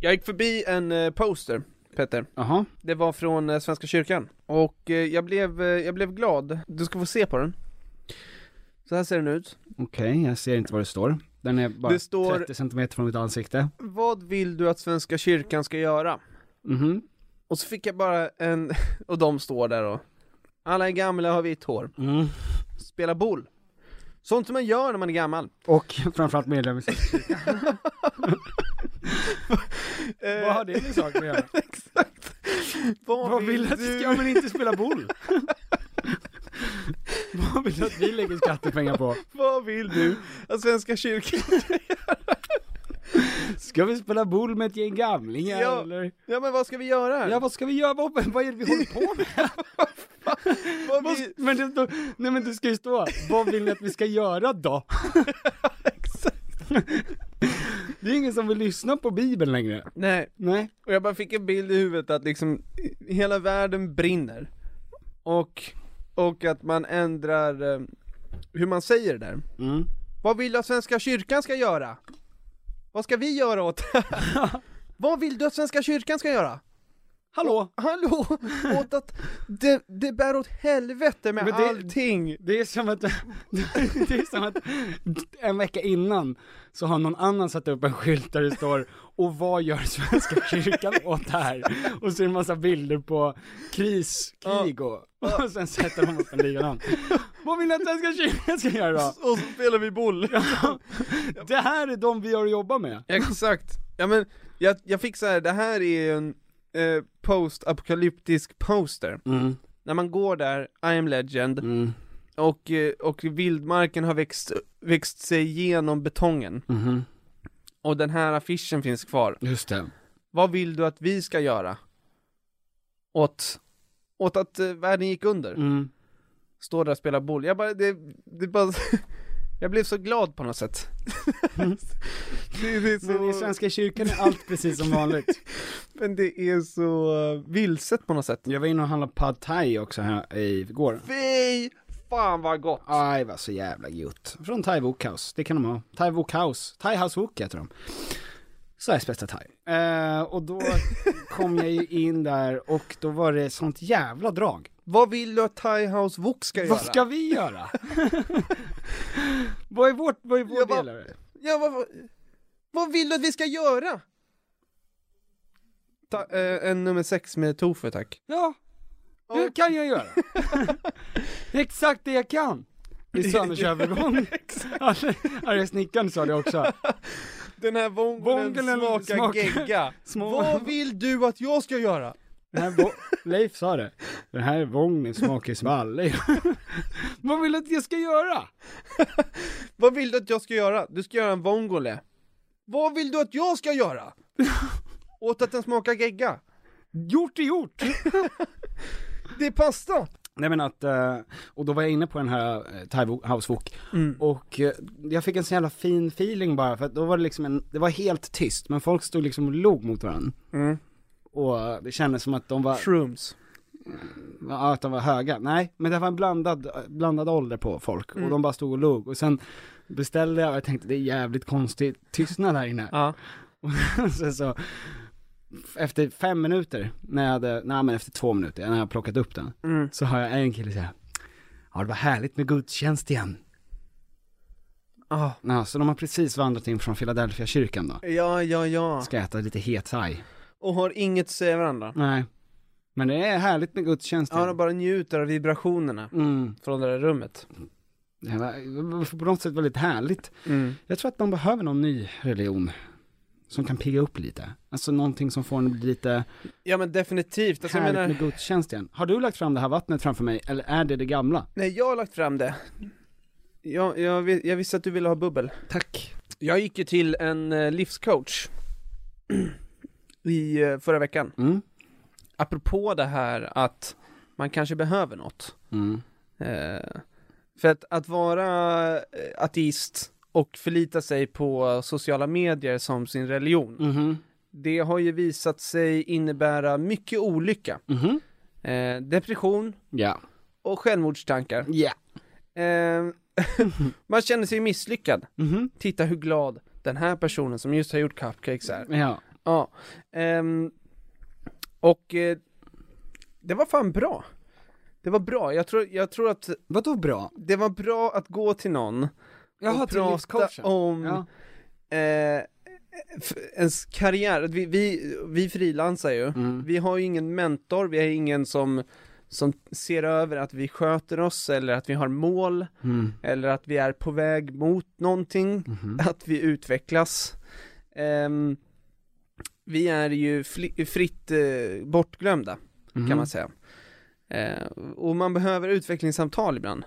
Speaker 1: Jag gick förbi en eh, poster, Petter.
Speaker 6: Jaha.
Speaker 1: Det var från eh, Svenska kyrkan. Och eh, jag blev, eh, jag blev glad. Du ska få se på den. Så här ser den ut.
Speaker 6: Okej, jag ser inte vad det står. Den är bara
Speaker 1: Det står-
Speaker 6: 30 cm från mitt ansikte.
Speaker 1: Vad vill du att Svenska kyrkan ska göra?
Speaker 6: Mhm.
Speaker 1: Och så fick jag bara en, och de står där och Alla är gamla och har vitt hår.
Speaker 6: Mm.
Speaker 1: Spela boll. Sånt som man gör när man är gammal.
Speaker 6: Och framförallt medlem i Svenska kyrkan.
Speaker 1: Eh,
Speaker 2: Eh,
Speaker 6: Vad har det med saker att göra?
Speaker 1: Exakt. Vad,
Speaker 6: Vad vill att
Speaker 1: du?
Speaker 6: Ja men inte spela boll! Vad vill du att vi lägger skattepengar på?
Speaker 1: Vad vill du att Svenska kyrkan
Speaker 6: Ska vi spela boll med ett gäng gamlingar
Speaker 1: Ja.
Speaker 6: eller?
Speaker 1: Ja men vad ska vi göra här?
Speaker 6: Ja vad ska vi göra? Vad, vad är det vi håller på med?
Speaker 1: vad
Speaker 6: Vad-
Speaker 1: vi...
Speaker 6: Men det står, nej men det ska ju stå, vad vill ni att vi ska göra då? Det är ingen som vill lyssna på bibeln längre.
Speaker 1: Nej,
Speaker 6: Nej.
Speaker 1: och jag bara fick en bild i huvudet att liksom hela världen brinner. Och, och att man ändrar eh, hur man säger det där.
Speaker 6: Mm.
Speaker 1: Vad vill du att Svenska kyrkan ska göra? Vad ska vi göra åt det här? Vad vill du att Svenska kyrkan ska göra?
Speaker 6: Hallå?
Speaker 1: Hallå! Åt att det, det bär åt helvete med
Speaker 6: Men det-
Speaker 1: allting!
Speaker 6: Det är som att, det är som att en vecka innan så har någon annan satt upp en skylt där det står och vad gör Svenska kyrkan åt det här? Och så är det en massa bilder på kris, krig och, och sen sätter de upp en likadan. Vad vill ni att Svenska kyrkan ska göra då?
Speaker 1: Och så spelar vi boll!
Speaker 6: Det här är de vi har att jobba med.
Speaker 1: Exakt! Ja men,
Speaker 2: Mm,
Speaker 1: jag, jag fick så här, det här är ju en eh, post-apokalyptisk poster. när man går där, I am legend, och, eh, och vildmarken har växt, växt sig genom betongen,
Speaker 2: Mhm.
Speaker 1: och den här affischen finns kvar.
Speaker 2: Just det.
Speaker 1: Vad vill du att vi ska göra? Åt, åt att eh, världen gick under.
Speaker 2: Mm.
Speaker 1: Står där och spelar boll. Jag bara, det, det bara, jag blev så glad på något sätt. det, det är så...
Speaker 2: Men i Svenska kyrkan är allt precis som vanligt.
Speaker 1: Men det är så eh, vilset på något sätt.
Speaker 2: Jag var inne och handlade pad thai också här igår.
Speaker 1: Fy fan vad gott!
Speaker 2: Aj, vad så jävla gott. Från Thai Wokhouse, det kan de ha. Thai Wokhouse, Thai House Wok heter de. Sveriges bästa thai. Eh, och då kom jag ju in där och då var det sånt jävla drag.
Speaker 1: Vad vill du att Thai House Wok ska göra?
Speaker 2: Vad ska vi göra? vad är vårt, vad är vår
Speaker 1: Jag bara-
Speaker 2: del av det?
Speaker 1: Ja, vad, vad- vad vill du att vi ska göra? Ta, eh, en nummer sex med tofu tack.
Speaker 2: Ja, det kan jag göra. Det är Exakt det jag kan. I Söndersövergång. Arga snickaren sa det också.
Speaker 1: Den här vongolen
Speaker 2: Vongolen
Speaker 1: smakar
Speaker 2: smakar-
Speaker 1: gegga.
Speaker 2: Små-
Speaker 1: Vad vill du att jag ska göra?
Speaker 2: Den här vo- Leif sa det. Den här vången smakar ju som alla. Vad vill du att jag ska göra?
Speaker 1: Vad vill du att jag ska göra? Du ska göra en vongole. Vad vill du att jag ska göra? Åt att den smakar gegga.
Speaker 2: Gjort är gjort.
Speaker 1: Det är pasta!
Speaker 2: Nej men att, eh, och då var jag inne på den här eh, Thai House Wok och eh, jag fick en så jävla fin feeling bara för att då var det liksom en, det var helt tyst men folk stod liksom och log mot varandra. Och eh, det kändes som att de var,
Speaker 1: Shrooms.
Speaker 2: ja, att de var höga. Nej, men det var en blandad, blandad ålder på folk
Speaker 1: Mm.
Speaker 2: och de bara stod och log och sen beställde jag och jag tänkte det är jävligt konstig tystnad här inne.
Speaker 1: Ja.
Speaker 2: Och sen så, efter fem minuter, när jag hade, nej men efter två minuter, när jag hade plockat upp den,
Speaker 1: Mm.
Speaker 2: så har jag en kille säga, ja det var härligt med gudstjänst igen.
Speaker 1: Ah.
Speaker 2: Ja, så de har precis vandrat in från Philadelphia kyrkan då,
Speaker 1: Ja, ja, ja.
Speaker 2: ska äta lite het thai.
Speaker 1: Och har inget att säga varandra.
Speaker 2: Nej, men det är härligt med gudstjänst
Speaker 1: Ja, de
Speaker 2: igen.
Speaker 1: bara njuter av vibrationerna
Speaker 2: Mm,
Speaker 1: från det där rummet.
Speaker 2: det var på något sätt väldigt härligt.
Speaker 1: Mm.
Speaker 2: Jag tror att de behöver någon ny religion. Som kan pigga upp lite. Alltså någonting som får en att bli lite
Speaker 1: Ja men definitivt, alltså, jag
Speaker 2: härligt
Speaker 1: menar,
Speaker 2: med gudstjänst igen. Har du lagt fram det här vattnet framför mig, eller är det det gamla?
Speaker 1: nej jag har lagt fram det. Jag, jag, vi- jag visste att du ville ha bubbel.
Speaker 2: Tack.
Speaker 1: Jag gick ju till en eh, livscoach i eh, förra veckan.
Speaker 2: Mm.
Speaker 1: Apropå det här att man kanske behöver något.
Speaker 2: Mm.
Speaker 1: Eh, för att, att vara eh, ateist och förlita sig på sociala medier som sin religion,
Speaker 2: Mhm.
Speaker 1: det har ju visat sig innebära mycket olycka.
Speaker 2: Mhm.
Speaker 1: Eh, depression
Speaker 2: Ja.
Speaker 1: och självmordstankar.
Speaker 2: Ja.
Speaker 1: Eh, man känner sig misslyckad.
Speaker 2: Mhm.
Speaker 1: Titta hur glad den här personen som just har gjort cupcakes är.
Speaker 2: Ja.
Speaker 1: Ja. ehm, och eh, det var fan bra. Det var bra. Jag tror, jag tror att
Speaker 2: Vadå bra?
Speaker 1: det var bra att gå till någon
Speaker 2: Jaha,
Speaker 1: och
Speaker 2: till
Speaker 1: prata
Speaker 2: livscoachen.
Speaker 1: om
Speaker 2: Ja.
Speaker 1: eh, f- ens karriär. Vi, vi, vi frilansar ju.
Speaker 2: Mm.
Speaker 1: Vi har ju ingen mentor, vi har ingen som, som ser över att vi sköter oss eller att vi har mål
Speaker 2: Mm.
Speaker 1: eller att vi är på väg mot någonting,
Speaker 2: Mhm.
Speaker 1: att vi utvecklas. Ehm, vi är ju fli- fritt eh, bortglömda,
Speaker 2: Mhm. Mm.
Speaker 1: kan man säga. Eh, och man behöver utvecklingssamtal ibland.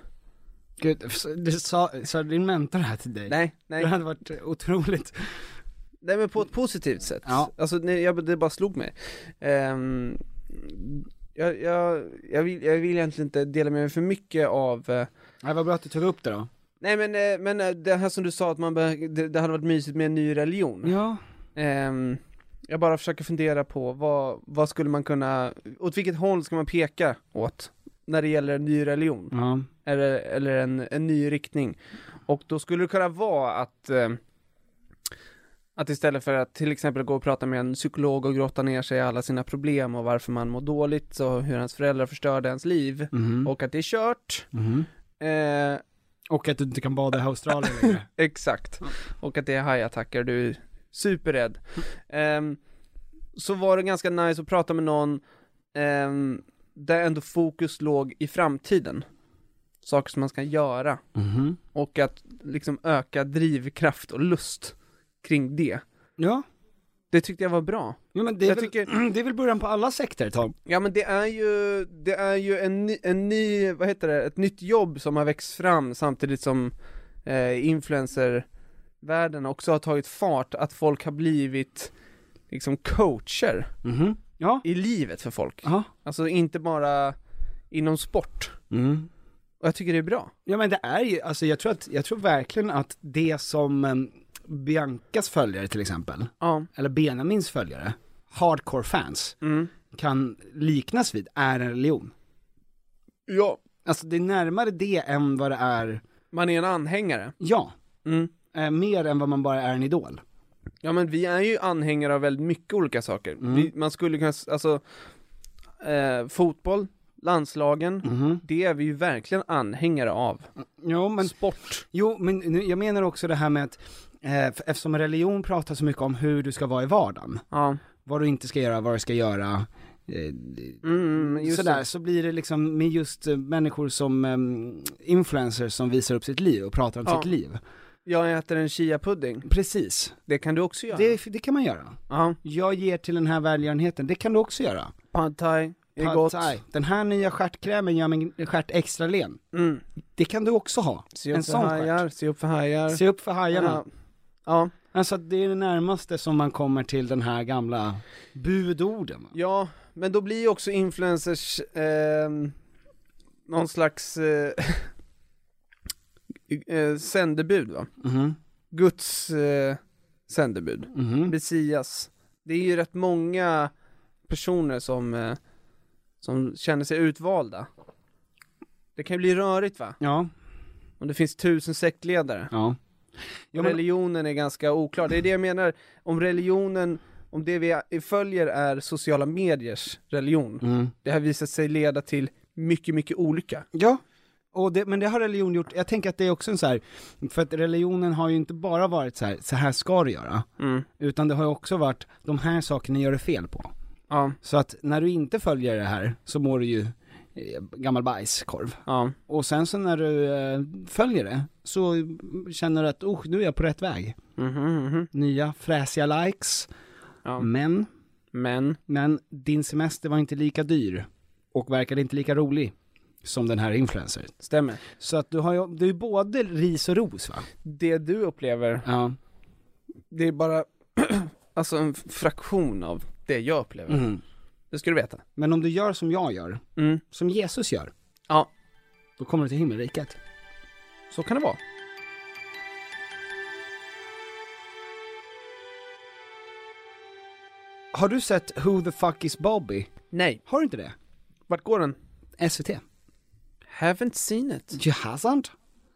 Speaker 2: Gud, f- du sa, sa din mentor det här till dig?
Speaker 1: Nej, nej,
Speaker 2: Det hade varit otroligt.
Speaker 1: nej men på ett positivt sätt.
Speaker 2: Ja.
Speaker 1: Alltså nej, jag, det bara slog mig. Ehm, jag, jag, jag, vill, jag vill egentligen inte dela med mig för mycket av eh,
Speaker 2: Nej, vad bra att du tog upp det då.
Speaker 1: Nej men, eh, men eh, det här som du sa att man be- det, det hade varit mysigt med en ny religion.
Speaker 2: Ja.
Speaker 1: Ehm, jag bara försöker fundera på vad, vad skulle man kunna, åt vilket håll ska man peka åt när det gäller en ny religion?
Speaker 2: Ja.
Speaker 1: Eller, eller en, en ny riktning. Och då skulle det kunna vara att eh, att istället för att till exempel gå och prata med en psykolog och grotta ner sig i alla sina problem och varför man mår dåligt och hur ens föräldrar förstörde ens liv
Speaker 2: Mhm.
Speaker 1: och att det är kört.
Speaker 2: Mhm.
Speaker 1: Eh,
Speaker 2: Och att du inte kan bada i Australien längre.
Speaker 1: Exakt. Och att det är hajattacker, du är superrädd. Ehm, så var det ganska nice att prata med någon ehm, där ändå fokus låg i framtiden. Saker som man ska göra.
Speaker 2: Mhm.
Speaker 1: Och att liksom öka drivkraft och lust kring det.
Speaker 2: Ja.
Speaker 1: Det tyckte jag var bra.
Speaker 2: Ja, men det, är
Speaker 1: Jag
Speaker 2: väl, det är väl början på alla sekter Tom?
Speaker 1: Ja men det är ju, det är ju en, ny- en ny, vad heter det, ett nytt jobb som har växt fram samtidigt som eh, influencervärlden också har tagit fart, att folk har blivit liksom coacher
Speaker 2: ja.
Speaker 1: i livet för folk.
Speaker 2: Ja.
Speaker 1: Alltså inte bara inom sport.
Speaker 2: Mm.
Speaker 1: Och jag tycker det är bra.
Speaker 2: Ja men det är ju, alltså jag tror, att, jag tror verkligen att det som em, Biancas följare till exempel,
Speaker 1: Ja.
Speaker 2: eller Benjamins följare, hardcore fans,
Speaker 1: Mm.
Speaker 2: kan liknas vid, är en religion.
Speaker 1: Ja.
Speaker 2: Alltså det är närmare det än vad det är,
Speaker 1: Man är en anhängare.
Speaker 2: ja,
Speaker 1: Mm.
Speaker 2: eh, mer än vad man bara är en idol.
Speaker 1: Ja men vi är ju anhängare av väldigt mycket olika saker.
Speaker 2: Mm.
Speaker 1: Vi, man skulle kunna, s- alltså, eh, fotboll, landslagen,
Speaker 2: Mm-hmm.
Speaker 1: det är vi ju verkligen anhängare av.
Speaker 2: Jo men,
Speaker 1: Sport.
Speaker 2: jo, men nu, jag menar också det här med att, eh, f- eftersom religion pratar så mycket om hur du ska vara i vardagen,
Speaker 1: Ja.
Speaker 2: vad du inte ska göra, vad du ska göra, eh,
Speaker 1: Mm, just
Speaker 2: sådär,
Speaker 1: det.
Speaker 2: så blir det liksom med just eh, människor som em, influencers som visar upp sitt liv och pratar om
Speaker 1: Ja.
Speaker 2: sitt liv.
Speaker 1: Jag äter en chiapudding.
Speaker 2: Precis,
Speaker 1: Det kan du också göra.
Speaker 2: det, det kan man göra.
Speaker 1: Ja.
Speaker 2: Jag ger till den här välgörenheten, det kan du också göra.
Speaker 1: Pad thai. Är
Speaker 2: Pad
Speaker 1: gott.
Speaker 2: thai. Den här nya stjärtkrämen gör min stjärt extra len.
Speaker 1: Mm.
Speaker 2: Det kan du också ha.
Speaker 1: Se upp
Speaker 2: en
Speaker 1: för
Speaker 2: sån
Speaker 1: hajar, se upp för hajar.
Speaker 2: stjärt. Se upp för hajarna.
Speaker 1: Ja. ja.
Speaker 2: Alltså det är det närmaste som man kommer till den här gamla budorden. va?
Speaker 1: Ja, men då blir ju också influencers ehm, någon slags eh, eh, sändebud va?
Speaker 2: Mhm,
Speaker 1: Guds eh, sändebud.
Speaker 2: mhm.
Speaker 1: Messias. Det är ju rätt många personer som, eh, som känner sig utvalda. Det kan ju bli rörigt va?
Speaker 2: Ja,
Speaker 1: Om det finns tusen sektledare.
Speaker 2: ja. Ja, men,
Speaker 1: Religionen är ganska oklar. Det är det jag menar, om religionen, om det vi följer är sociala mediers religion.
Speaker 2: mm.
Speaker 1: Det har visat sig leda till mycket, mycket olycka.
Speaker 2: ja. Och det, men det har religion gjort, jag tänker att det är också en så här, för att religionen har ju inte bara varit så här, så här ska du göra,
Speaker 1: Mm.
Speaker 2: utan det har ju också varit, de här sakerna gör du fel på.
Speaker 1: Ja,
Speaker 2: Så att när du inte följer det här så mår du ju eh, gammal bajskorv.
Speaker 1: ja.
Speaker 2: Och sen så när du eh, följer det så känner du att oh, nu är jag på rätt väg.
Speaker 1: Mhm, mhm.
Speaker 2: Nya fräsiga likes.
Speaker 1: Ja.
Speaker 2: Men,
Speaker 1: Men,
Speaker 2: men din semester var inte lika dyr och verkade inte lika rolig som den här influencern.
Speaker 1: stämmer.
Speaker 2: Så att du har ju, det är ju både ris och ros va?
Speaker 1: Det du upplever,
Speaker 2: Ja.
Speaker 1: det är bara alltså en fraktion av det jag upplever.
Speaker 2: Mm.
Speaker 1: Det ska du veta.
Speaker 2: Men om du gör som jag gör,
Speaker 1: Mm.
Speaker 2: som Jesus gör,
Speaker 1: Ja,
Speaker 2: då kommer du till himmelriket.
Speaker 1: så kan det vara.
Speaker 2: Har du sett Who the fuck is Bobby?
Speaker 1: Nej,
Speaker 2: Har du inte det?
Speaker 1: vart går den?
Speaker 2: SVT?
Speaker 1: Haven't seen it.
Speaker 2: You hasn't?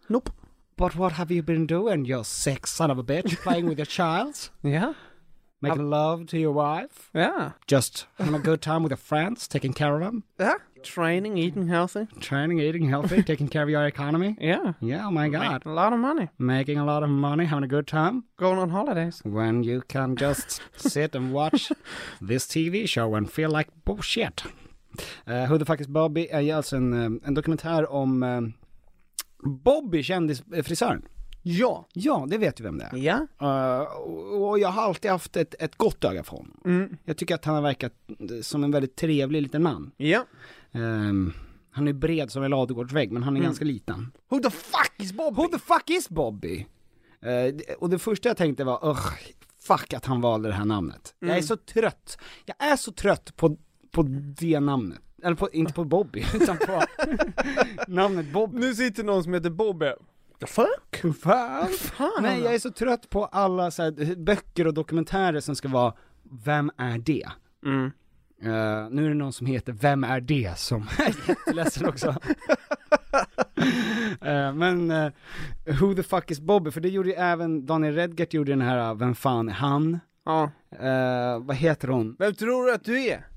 Speaker 1: Nope.
Speaker 2: But what have you been doing, you sick son of a bitch, playing with your child?
Speaker 1: Ja.
Speaker 2: Making love to your wife?
Speaker 1: Ja.
Speaker 2: Just having a good time with your friends, taking care of them?
Speaker 1: Ja. Training, eating healthy.
Speaker 2: Training, eating healthy, taking care of your economy?
Speaker 1: Yeah.
Speaker 2: Yeah, oh my god.
Speaker 1: A lot of money.
Speaker 2: Making a lot of money, having a good time?
Speaker 1: Going on holidays.
Speaker 2: When you can just sit and watch this TV show and feel like bullshit. Uh, Who the fuck is Bobby är ju alltså en, eh, en dokumentär om eh, Bobby, kändisfrisören.
Speaker 1: Ja.
Speaker 2: Ja, det vet du vem det är.
Speaker 1: Ja.
Speaker 2: Eh, och och jag har alltid haft ett, ett gott öga för honom. Jag tycker att han har verkat eh, som en väldigt trevlig liten man.
Speaker 1: Ja.
Speaker 2: Ehm, han är bred som en ladugårdsvägg, men han är ganska liten.
Speaker 1: Mm. Who the fuck is Bob?
Speaker 2: Who the fuck is Bobby? Eh, det- och det första jag tänkte var, ugh, fuck att han valde det här namnet. Jag är
Speaker 1: Mm.
Speaker 2: så trött, jag är så trött på, på det namnet. Eller på, inte på Bobby, utan på namnet Bobby.
Speaker 1: Nu sitter någon som heter Bobbe. The fuck?
Speaker 2: Fan.
Speaker 1: Fan.
Speaker 2: Nej, jag är så trött på alla så här, eh, böcker och dokumentärer som ska vara Vem är det?
Speaker 1: Mm.
Speaker 2: Eh, nu är det någon som heter Vem är det? som är jätteledsen också. Eh, men eh, Who the fuck is Bobby? För det gjorde ju även Daniel Redgert gjorde den här eh, Vem fan är han?
Speaker 1: Ja.
Speaker 2: Eh, vad heter hon?
Speaker 1: Vem tror du att du är?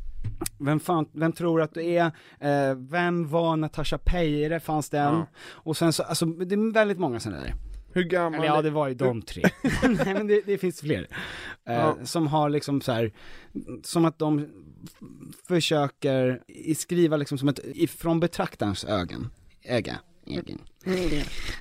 Speaker 2: Vem, fan, vem tror att du är? Eh, vem var Natasha Peire? Fanns den?
Speaker 1: Ja.
Speaker 2: Och sen så, alltså det är väldigt många sådana där.
Speaker 1: Hur gammal
Speaker 2: Eller ja,
Speaker 1: är
Speaker 2: det var ju de tre. Nej men det, det finns fler. Eh,
Speaker 1: Ja.
Speaker 2: Som har liksom så här, som att de f- försöker i- skriva liksom som ett, ifrån betraktarens ögon, öga, egen.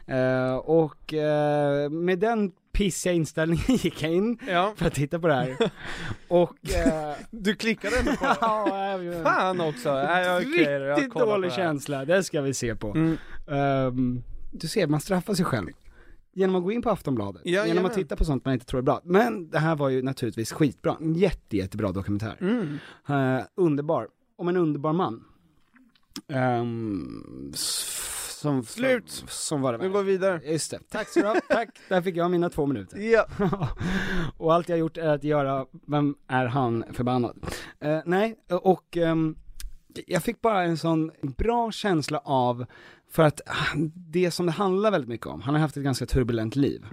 Speaker 2: Eh, och eh, med den pissiga inställningen gick jag in för att titta på det här. Och... Eh,
Speaker 1: du klickade ändå på det?
Speaker 2: ja, jag,
Speaker 1: Fan också! Nej, jag- okej, jag
Speaker 2: Riktigt
Speaker 1: kollar på
Speaker 2: dålig
Speaker 1: det här. Mm.
Speaker 2: känsla, det ska vi se på. Ehm, du ser, man straffar sig själv. Genom att gå in på Aftonbladet,
Speaker 1: Ja,
Speaker 2: genom
Speaker 1: jajamän.
Speaker 2: att titta på sånt man inte tror är bra. Men det här var ju naturligtvis skitbra, en jätte, jättebra dokumentär.
Speaker 1: Mm.
Speaker 2: Eh, underbar, om en underbar man. Ehm, s- som, Slut! Som var det
Speaker 1: Nu går vi vidare.
Speaker 2: Just det. Tack så du ha. tack. Där fick jag mina två minuter.
Speaker 1: Ja.
Speaker 2: och allt jag gjort är att göra, vem är han förbannad? Eh, nej, och ehm, jag fick bara en sån bra känsla av, för att han- det som det handlar väldigt mycket om, han har haft ett ganska turbulent liv.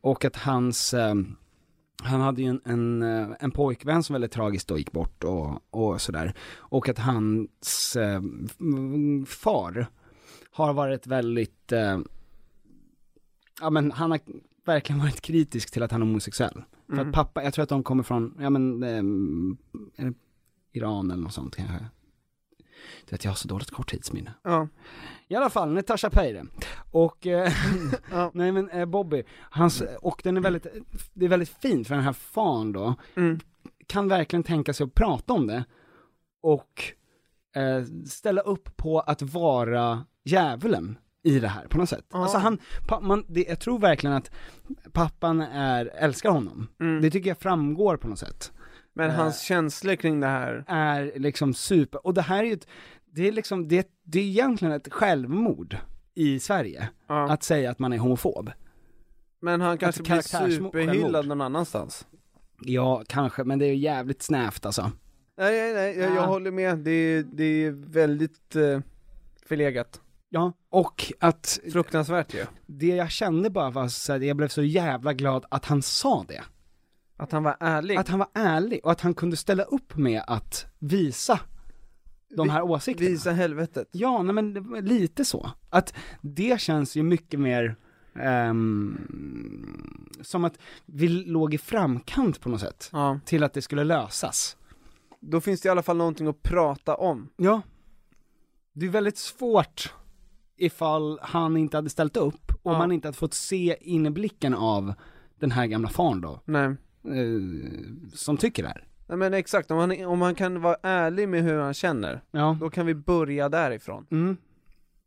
Speaker 2: Och att hans, ehm, han hade ju en, en, eh, en pojkvän som väldigt tragiskt då gick bort och, och sådär. Och att hans eh, f- far har varit väldigt, eh, ja men han har verkligen varit kritisk till att han är homosexuell. För att pappa, jag tror att de kommer från, ja men, ehm, är det Iran eller något sånt kanske. Det att jag har så dåligt korttidsminne.
Speaker 1: Ja.
Speaker 2: I alla fall, Natasha Peire. Och, eh, nej men eh, Bobby, hans, och den är väldigt, det är väldigt fint för den här fan då, kan verkligen tänka sig att prata om det. Och eh, ställa upp på att vara djävulen i det här på något sätt. Alltså han, pa, man, det, jag tror verkligen att pappan är, älskar honom. Det tycker jag framgår på något sätt.
Speaker 1: Men hans känslor kring det här.
Speaker 2: Är liksom super, och det här är ju ett, det är liksom, det, det är egentligen ett självmord i Sverige. Att säga att man är homofob.
Speaker 1: Men han kanske blir
Speaker 2: karaktärsmo-
Speaker 1: superhyllad
Speaker 2: självmord.
Speaker 1: någon annanstans.
Speaker 2: Ja, kanske, men det är ju jävligt snävt alltså.
Speaker 1: Nej, nej, nej, jag, jag
Speaker 2: Ja.
Speaker 1: håller med. Det är, det är väldigt eh, förlegat.
Speaker 2: Ja, och att
Speaker 1: Fruktansvärt ju.
Speaker 2: det jag kände bara var så här, jag blev så jävla glad att han sa det.
Speaker 1: Att han var ärlig.
Speaker 2: Att han var ärlig och att han kunde ställa upp med att visa de här åsikterna.
Speaker 1: Visa helvetet.
Speaker 2: Ja, nej men det var lite så. Att det känns ju mycket mer ehm, som att vi låg i framkant på något sätt.
Speaker 1: Ja.
Speaker 2: Till att det skulle lösas.
Speaker 1: Då finns det i alla fall någonting att prata om.
Speaker 2: Ja. Det är väldigt svårt ifall han inte hade ställt upp och
Speaker 1: Ja.
Speaker 2: man inte hade fått se inblicken av den här gamla farn då,
Speaker 1: Nej.
Speaker 2: eh, som tycker det här.
Speaker 1: Nej men exakt, om han, om han kan vara ärlig med hur han känner,
Speaker 2: Ja.
Speaker 1: då kan vi börja därifrån.
Speaker 2: Mm.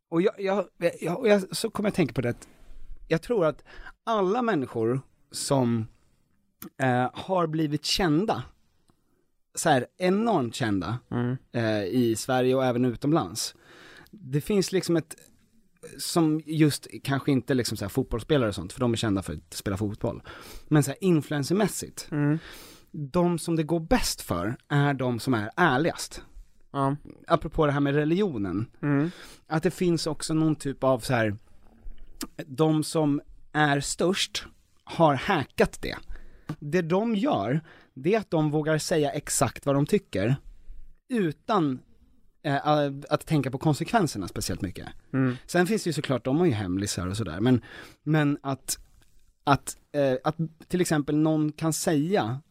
Speaker 2: Och jag, jag, jag, och jag, så kommer jag tänka på det att jag tror att alla människor som eh, har blivit kända, så här enormt kända eh, i Sverige och även utomlands. Det finns liksom ett, som just kanske inte liksom så här fotbollsspelare och sånt, för de är kända för att spela fotboll. Men så här influencermässigt, de som det går bäst för är de som är ärligast
Speaker 1: Ja.
Speaker 2: apropå det här med religionen, att det finns också någon typ av så här, de som är störst har hackat det. Det de gör, det är att de vågar säga exakt vad de tycker utan eh, att tänka på konsekvenserna speciellt mycket. Sen finns det ju såklart, de har ju hemlisar och sådär, men, men att, att, eh, att till exempel någon kan säga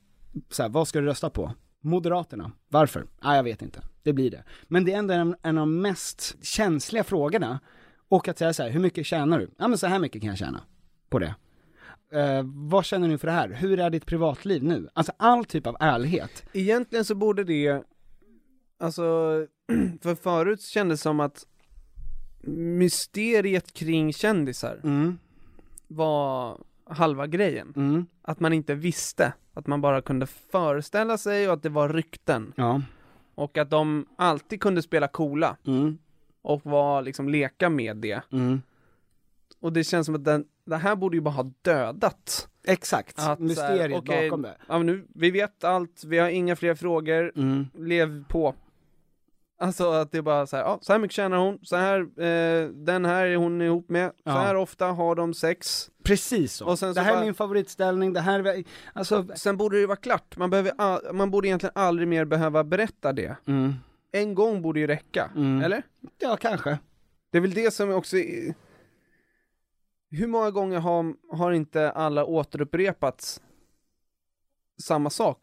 Speaker 2: så här, vad ska du rösta på? Moderaterna. Varför? Ah, jag vet inte. Det blir det. Men det är ändå en, en av de mest känsliga frågorna. Och att säga så här, hur mycket tjänar du? Ja men så här mycket kan jag tjäna på det. Eh, vad känner du för det här? Hur är ditt privatliv nu? Alltså all typ av ärlighet.
Speaker 1: Egentligen så borde det, alltså, för förut kändes det som att mysteriet kring kändisar
Speaker 2: Mm,
Speaker 1: var halva grejen. Att man inte visste, att man bara kunde föreställa sig och att det var rykten.
Speaker 2: Ja.
Speaker 1: Och att de alltid kunde spela coola
Speaker 2: mm,
Speaker 1: och var liksom leka med det. Och det känns som att den, det här borde ju bara ha dödat.
Speaker 2: Exakt.
Speaker 1: Att, så här,
Speaker 2: Mysteriet
Speaker 1: okej,
Speaker 2: bakom det.
Speaker 1: Ja, men nu, vi vet allt, vi har inga fler frågor,
Speaker 2: Mm,
Speaker 1: lev på. Alltså att det är bara så här, ja, så här mycket tjänar hon, så här, eh, den här är hon ihop med,
Speaker 2: Ja.
Speaker 1: så här ofta har de sex.
Speaker 2: Precis så.
Speaker 1: Och sen så
Speaker 2: det här
Speaker 1: bara-
Speaker 2: är min favoritställning, det här är... Alltså...
Speaker 1: Sen borde det ju vara klart, man, behöver all, man borde egentligen aldrig mer behöva berätta det.
Speaker 2: Mm.
Speaker 1: En gång borde ju räcka, eller?
Speaker 2: Ja, kanske.
Speaker 1: Det är väl det som också är... Hur många gånger har, har inte alla återupprepats samma sak?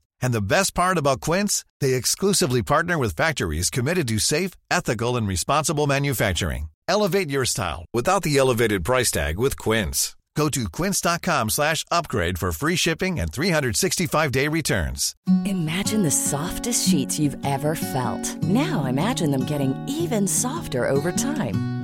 Speaker 7: And the best part about Quince, they exclusively partner with factories committed to safe, ethical, and responsible manufacturing. Elevate your style without the elevated price tag with Quince. Go to quince.com slash upgrade for free shipping and 365-day returns.
Speaker 8: Imagine the softest sheets you've ever felt. Now imagine them getting even softer over time.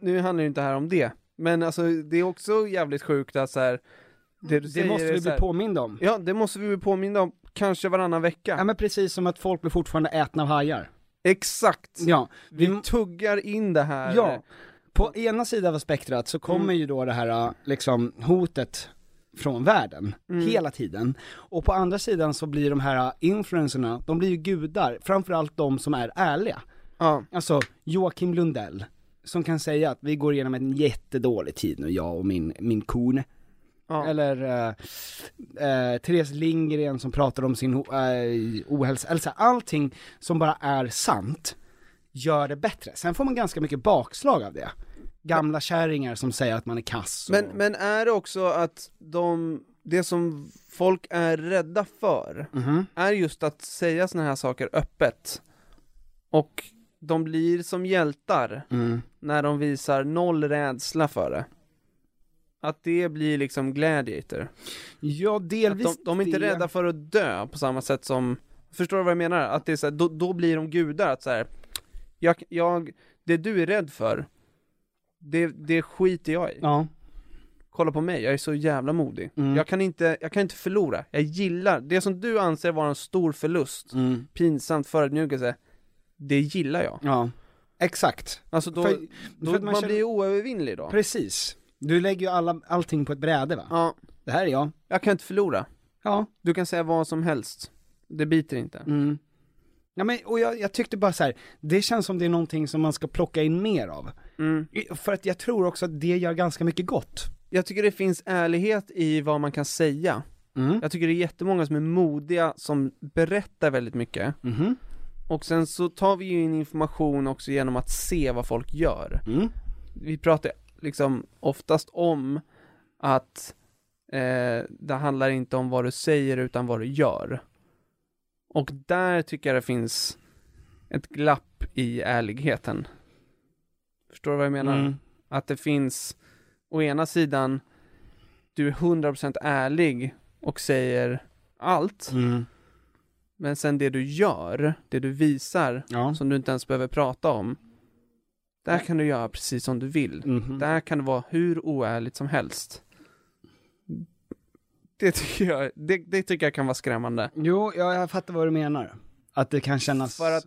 Speaker 1: Nu handlar ju inte här om det, men alltså det är också jävligt sjukt att så här, det, du
Speaker 2: Det
Speaker 1: säger
Speaker 2: måste
Speaker 1: är
Speaker 2: vi
Speaker 1: så
Speaker 2: bli
Speaker 1: här-
Speaker 2: påminda om.
Speaker 1: Ja, det måste vi bli påminda om, kanske varannan vecka.
Speaker 2: Ja men precis som att folk blir fortfarande ätna av hajar.
Speaker 1: Exakt!
Speaker 2: Ja.
Speaker 1: Vi tuggar in det här.
Speaker 2: Ja. På ena sidan av spektrat så kommer
Speaker 1: Mm.
Speaker 2: ju då det här äh, liksom hotet från världen,
Speaker 1: Mm.
Speaker 2: hela tiden. Och på andra sidan så blir de här äh, influencerna, de blir ju gudar, framförallt de som är ärliga. Alltså Joakim Lundell, som kan säga att vi går igenom en jättedålig tid nu, jag och min, min kon. Eller eh, eh, Therese Lindgren som pratar om sin ho- eh, ohälsa, alltså allting som bara är sant gör det bättre. Sen får man ganska mycket bakslag av det. Gamla kärringar som säger att man är kass. Och...
Speaker 1: Men, men är det också att de, det som folk är rädda för,
Speaker 2: Mhm.
Speaker 1: är just att säga såna här saker öppet. Och de blir som hjältar
Speaker 2: Mm.
Speaker 1: när de visar noll rädsla för det. Att det blir liksom gladiator.
Speaker 2: Ja, delvis
Speaker 1: att de, de är inte
Speaker 2: det.
Speaker 1: rädda för att dö på samma sätt som, förstår du vad jag menar? Att det är så här, då, då blir de gudar, att så här, jag, jag, det du är rädd för, det, det skiter jag i.
Speaker 2: Ja.
Speaker 1: Kolla på mig, jag är så jävla modig.
Speaker 2: Mm.
Speaker 1: Jag, kan inte, jag kan inte förlora, jag gillar, det som du anser vara en stor förlust,
Speaker 2: Mm.
Speaker 1: pinsamt förödmjukelse, det gillar jag.
Speaker 2: Ja, exakt.
Speaker 1: Alltså då,
Speaker 2: För-
Speaker 1: då
Speaker 2: för att man
Speaker 1: man,
Speaker 2: känner-
Speaker 1: blir oövervinnlig då.
Speaker 2: Precis. Du lägger ju alla, allting på ett bräde va?
Speaker 1: Ja.
Speaker 2: Det här är jag.
Speaker 1: Jag kan inte förlora.
Speaker 2: Ja.
Speaker 1: Du kan säga vad som helst, det biter inte.
Speaker 2: Mm. Ja men, och jag, jag tyckte bara så här, det känns som det är någonting som man ska plocka in mer av.
Speaker 1: Mm.
Speaker 2: I- För att jag tror också att det gör ganska mycket gott.
Speaker 1: Jag tycker det finns ärlighet i vad man kan säga. Jag tycker det är jättemånga som är modiga som berättar väldigt mycket.
Speaker 2: Mm.
Speaker 1: Och sen så tar vi ju in information också genom att se vad folk gör. Vi pratar liksom oftast om att eh, det handlar inte om vad du säger utan vad du gör. Och där tycker jag det finns ett glapp i ärligheten. Förstår du vad jag menar?
Speaker 2: Mm.
Speaker 1: Att det finns, å ena sidan, du är 100% ärlig och säger allt.
Speaker 2: Mm.
Speaker 1: Men sen det du gör, det du visar, som du inte ens behöver prata om. Där kan du göra precis som du vill.
Speaker 2: Mm-hmm.
Speaker 1: Där kan det vara hur oärligt som helst. Det tycker jag, det, det tycker jag kan vara skrämmande.
Speaker 2: Jo, jag, jag fattar vad du menar. Att det kan kännas...
Speaker 1: För att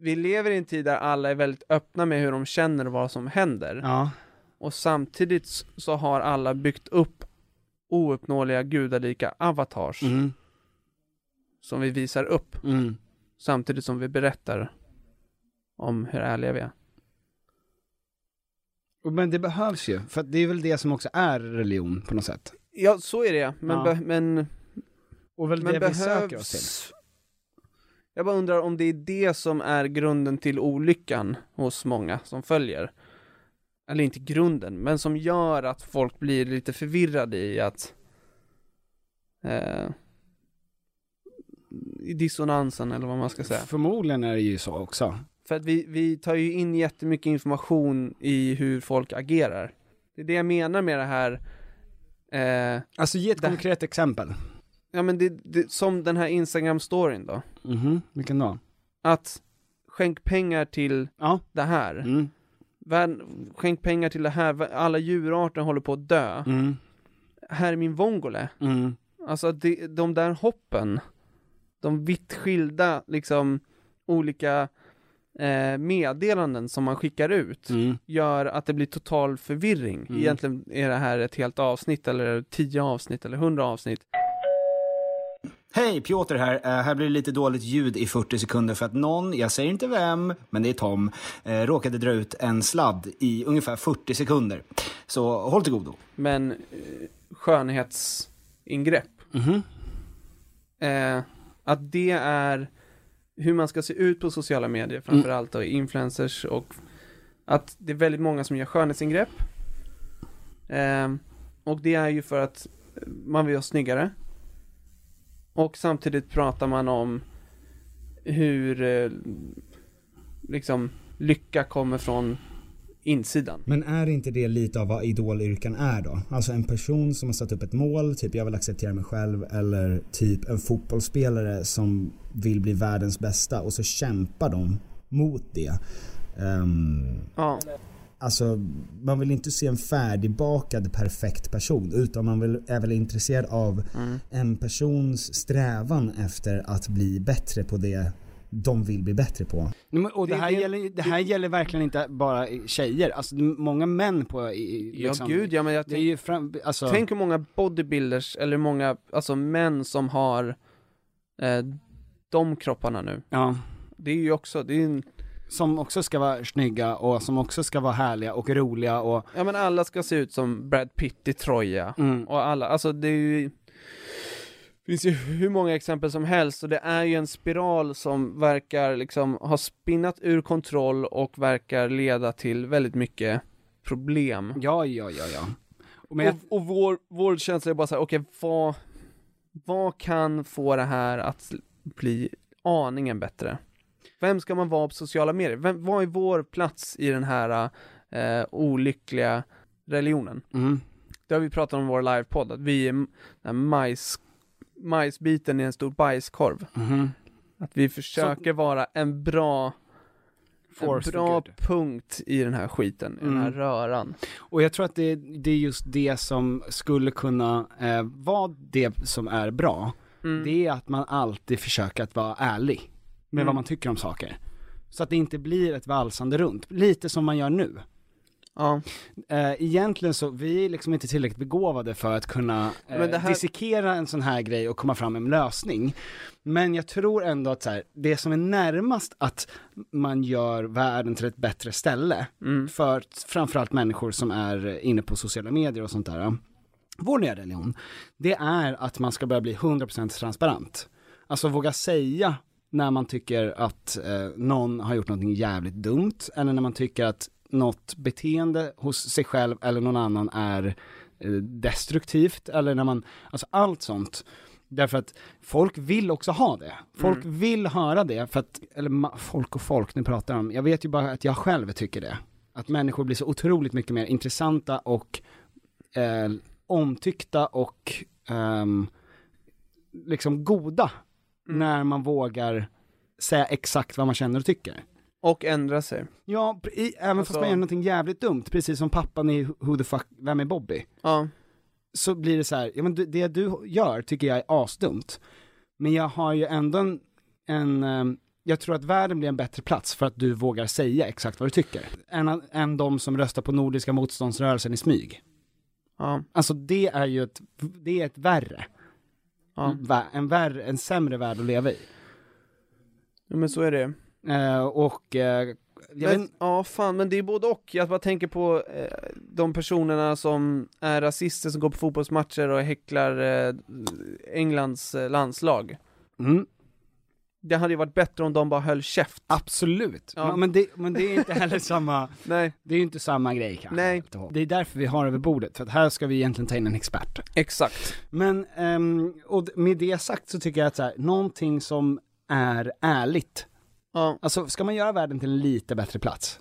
Speaker 1: vi lever i en tid där alla är väldigt öppna med hur de känner och vad som händer.
Speaker 2: Ja.
Speaker 1: Och samtidigt s- så har alla byggt upp ouppnåeliga gudalika avatars.
Speaker 2: Mm.
Speaker 1: Som vi visar upp. Samtidigt som vi berättar om hur ärliga vi är.
Speaker 2: Men det behövs ju, för att det är väl det som också är religion på något sätt.
Speaker 1: Ja, så är det men,
Speaker 2: Ja.
Speaker 1: be- men
Speaker 2: Och väl
Speaker 1: men
Speaker 2: det vi söker oss till.
Speaker 1: Jag bara undrar om det är det som är grunden till olyckan hos många som följer. Eller inte grunden, men som gör att folk blir lite förvirrade i att eh, i dissonansen eller vad man ska säga.
Speaker 2: Förmodligen är det ju så också.
Speaker 1: För att vi, vi tar ju in jättemycket information i hur folk agerar. Det är det jag menar med det här eh,
Speaker 2: Alltså ge ett konkret exempel.
Speaker 1: Ja men det, det som den här Instagram-storyn då.
Speaker 2: Mhm, vilken då?
Speaker 1: Att skänk pengar till det här.
Speaker 2: Mm.
Speaker 1: Världen- skänk pengar till det här, alla djurarter håller på att dö.
Speaker 2: Mm.
Speaker 1: Här är min vongole.
Speaker 2: Mm.
Speaker 1: Alltså det, de där hoppen, de vitt skilda liksom olika eh, meddelanden som man skickar ut
Speaker 2: Mm.
Speaker 1: gör att det blir total förvirring.
Speaker 9: Mm.
Speaker 1: Egentligen är det här ett helt avsnitt eller tio avsnitt eller hundra avsnitt.
Speaker 2: Hej, Piotr här. Eh, här blir det lite dåligt ljud i 40 sekunder för att någon, jag säger inte vem, men det är Tom, eh, råkade dra ut en sladd i ungefär 40 sekunder. Så håll till godo.
Speaker 1: Men eh, skönhetsingrepp.
Speaker 10: Mhm.
Speaker 1: Eh, att det är hur man ska se ut på sociala medier framförallt och influencers och att det är väldigt många som gör skönhetsingrepp. Eh, och det är ju för att man vill vara snyggare. Och samtidigt pratar man om hur eh, liksom lycka kommer från insidan.
Speaker 10: Men är inte det lite av vad idolyrkan är då? Alltså en person som har satt upp ett mål, typ jag vill acceptera mig själv eller typ en fotbollsspelare som vill bli världens bästa och så kämpar de mot det. Ehm,
Speaker 1: Ja.
Speaker 10: Alltså man vill inte se en färdigbakad perfekt person utan man vill, är väl intresserad av
Speaker 1: Mm.
Speaker 10: en persons strävan efter att bli bättre på det de vill bli bättre på.
Speaker 2: Nej, men- Och det, här, gäller, det här gäller verkligen inte bara i- tjejer, alltså det är många män på... i- i-
Speaker 1: Ja, gud, ja, men jag
Speaker 2: Liksom- det är ju fram, alltså,
Speaker 1: Tänk hur många bodybuilders, eller hur många, alltså män som har eh, de kropparna nu.
Speaker 2: Ja.
Speaker 1: Det är ju också, det är ju en...
Speaker 2: Som också ska vara snygga och som också ska vara härliga och roliga och...
Speaker 1: Ja men alla ska se ut som Brad Pitt i Troja.
Speaker 2: Mm.
Speaker 1: Och alla, alltså det är ju... Det finns ju hur många exempel som helst och det är ju en spiral som verkar liksom ha spinnat ur kontroll och verkar leda till väldigt mycket problem.
Speaker 2: Ja, ja, ja, ja.
Speaker 1: Och,
Speaker 2: men jag-
Speaker 1: och, vår, vår känsla är bara så här, okej vad, vad kan få det här att bli aningen bättre? Vem ska man vara på sociala medier? Vem, vad är vår plats i den här eh, olyckliga religionen?
Speaker 2: mm,
Speaker 1: Det har vi pratat om i vår livepodd, att vi är den här majs, majsbiten i en stor bajskorv.
Speaker 2: mhm.
Speaker 1: Att vi försöker vara en bra, en
Speaker 2: Force
Speaker 1: bra punkt i den här skiten, i den här
Speaker 2: Mm.
Speaker 1: röran.
Speaker 2: Och jag tror att det, det är just det som skulle kunna eh, vara det som är bra. Det är att man alltid försöker att vara ärlig med
Speaker 1: Mm.
Speaker 2: vad man tycker om saker. Så att det inte blir ett valsande runt, lite som man gör nu.
Speaker 1: Ja.
Speaker 2: Eh, egentligen så, vi är liksom inte tillräckligt begåvade för att kunna eh,
Speaker 1: Men det här-
Speaker 2: dissekera en sån här grej och komma fram med en lösning. Men jag tror ändå att så här, det som är närmast att man gör världen till ett bättre ställe,
Speaker 1: Mm.
Speaker 2: för framförallt människor som är inne på sociala medier och sånt där, vår nya religion, det är att man ska börja bli 100% transparent. Alltså våga säga när man tycker att eh, någon har gjort någonting jävligt dumt eller när man tycker att något beteende hos sig själv eller någon annan är eh, destruktivt eller när man, alltså allt sånt. Därför att folk vill också ha det. Folk vill höra det för att, eller ma- folk och folk, nu pratar jag om, jag vet ju bara att jag själv tycker det. Att människor blir så otroligt mycket mer intressanta och eh, omtyckta och ehm, liksom goda
Speaker 1: Mm.
Speaker 2: när man vågar säga exakt vad man känner och tycker.
Speaker 1: Och ändra sig.
Speaker 2: Ja, pr- i, även
Speaker 1: Alltså-
Speaker 2: fast man gör någonting jävligt dumt, precis som pappan i Who the fuck, vem är Bobby?
Speaker 1: Ja.
Speaker 2: Så blir det så här, ja men du- det du gör tycker jag är asdumt. Men jag har ju ändå en, en ehm, jag tror att världen blir en bättre plats för att du vågar säga exakt vad du tycker. Än, än de som röstar på Nordiska motståndsrörelsen i smyg.
Speaker 1: Ja.
Speaker 2: Alltså det är ju ett, det är ett värre. Vä- En, värre, en sämre värld att leva i.
Speaker 1: Ja men så är det.
Speaker 2: Eh, och, eh, jag vet,
Speaker 1: Men, ja fan, men det är både och. Jag bara tänker på eh, de personerna som är rasister som går på fotbollsmatcher och häcklar eh, Englands eh, landslag.
Speaker 2: Mm.
Speaker 1: Det hade ju varit bättre om de bara höll käft.
Speaker 2: Absolut,
Speaker 1: Ja.
Speaker 2: men, det, men det är inte heller samma,
Speaker 1: Nej.
Speaker 2: det är ju inte samma grej kanske.
Speaker 1: Nej.
Speaker 2: Det är därför vi har över bordet, för att här ska vi egentligen ta in en expert.
Speaker 1: Exakt.
Speaker 2: Men, ehm, och d- med det sagt så tycker jag att så här, någonting som är ärligt, alltså ska man göra världen till en lite bättre plats,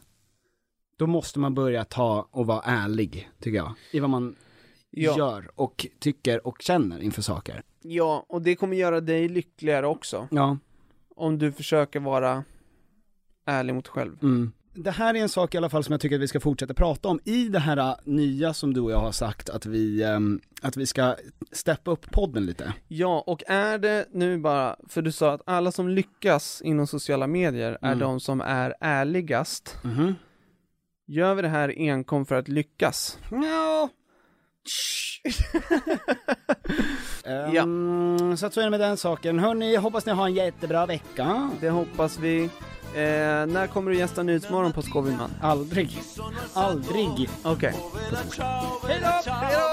Speaker 2: då måste man börja ta och vara ärlig, tycker jag, i vad man
Speaker 1: Ja.
Speaker 2: gör och tycker och känner inför saker.
Speaker 1: Ja, och det kommer göra dig lyckligare också.
Speaker 2: Ja.
Speaker 1: Om du försöker vara ärlig mot dig själv.
Speaker 2: Det här är en sak i alla fall som jag tycker att vi ska fortsätta prata om i det här äh, nya som du och jag har sagt att vi, ehm, att vi ska steppa upp podden lite.
Speaker 1: Ja, och är det nu bara, för du sa att alla som lyckas inom sociala medier är
Speaker 2: Mm.
Speaker 1: de som är ärligast. Gör vi det här enkom för att lyckas?
Speaker 2: Ja. ja. Ehm, Så att så är det med den saken. Hörni, hoppas ni har en jättebra vecka.
Speaker 1: Det hoppas vi. Eh, när kommer du gästa Nyhetsmorgon på Skåvinman?
Speaker 2: Aldrig. Aldrig.
Speaker 1: Okej.
Speaker 2: Hej då! Hej då!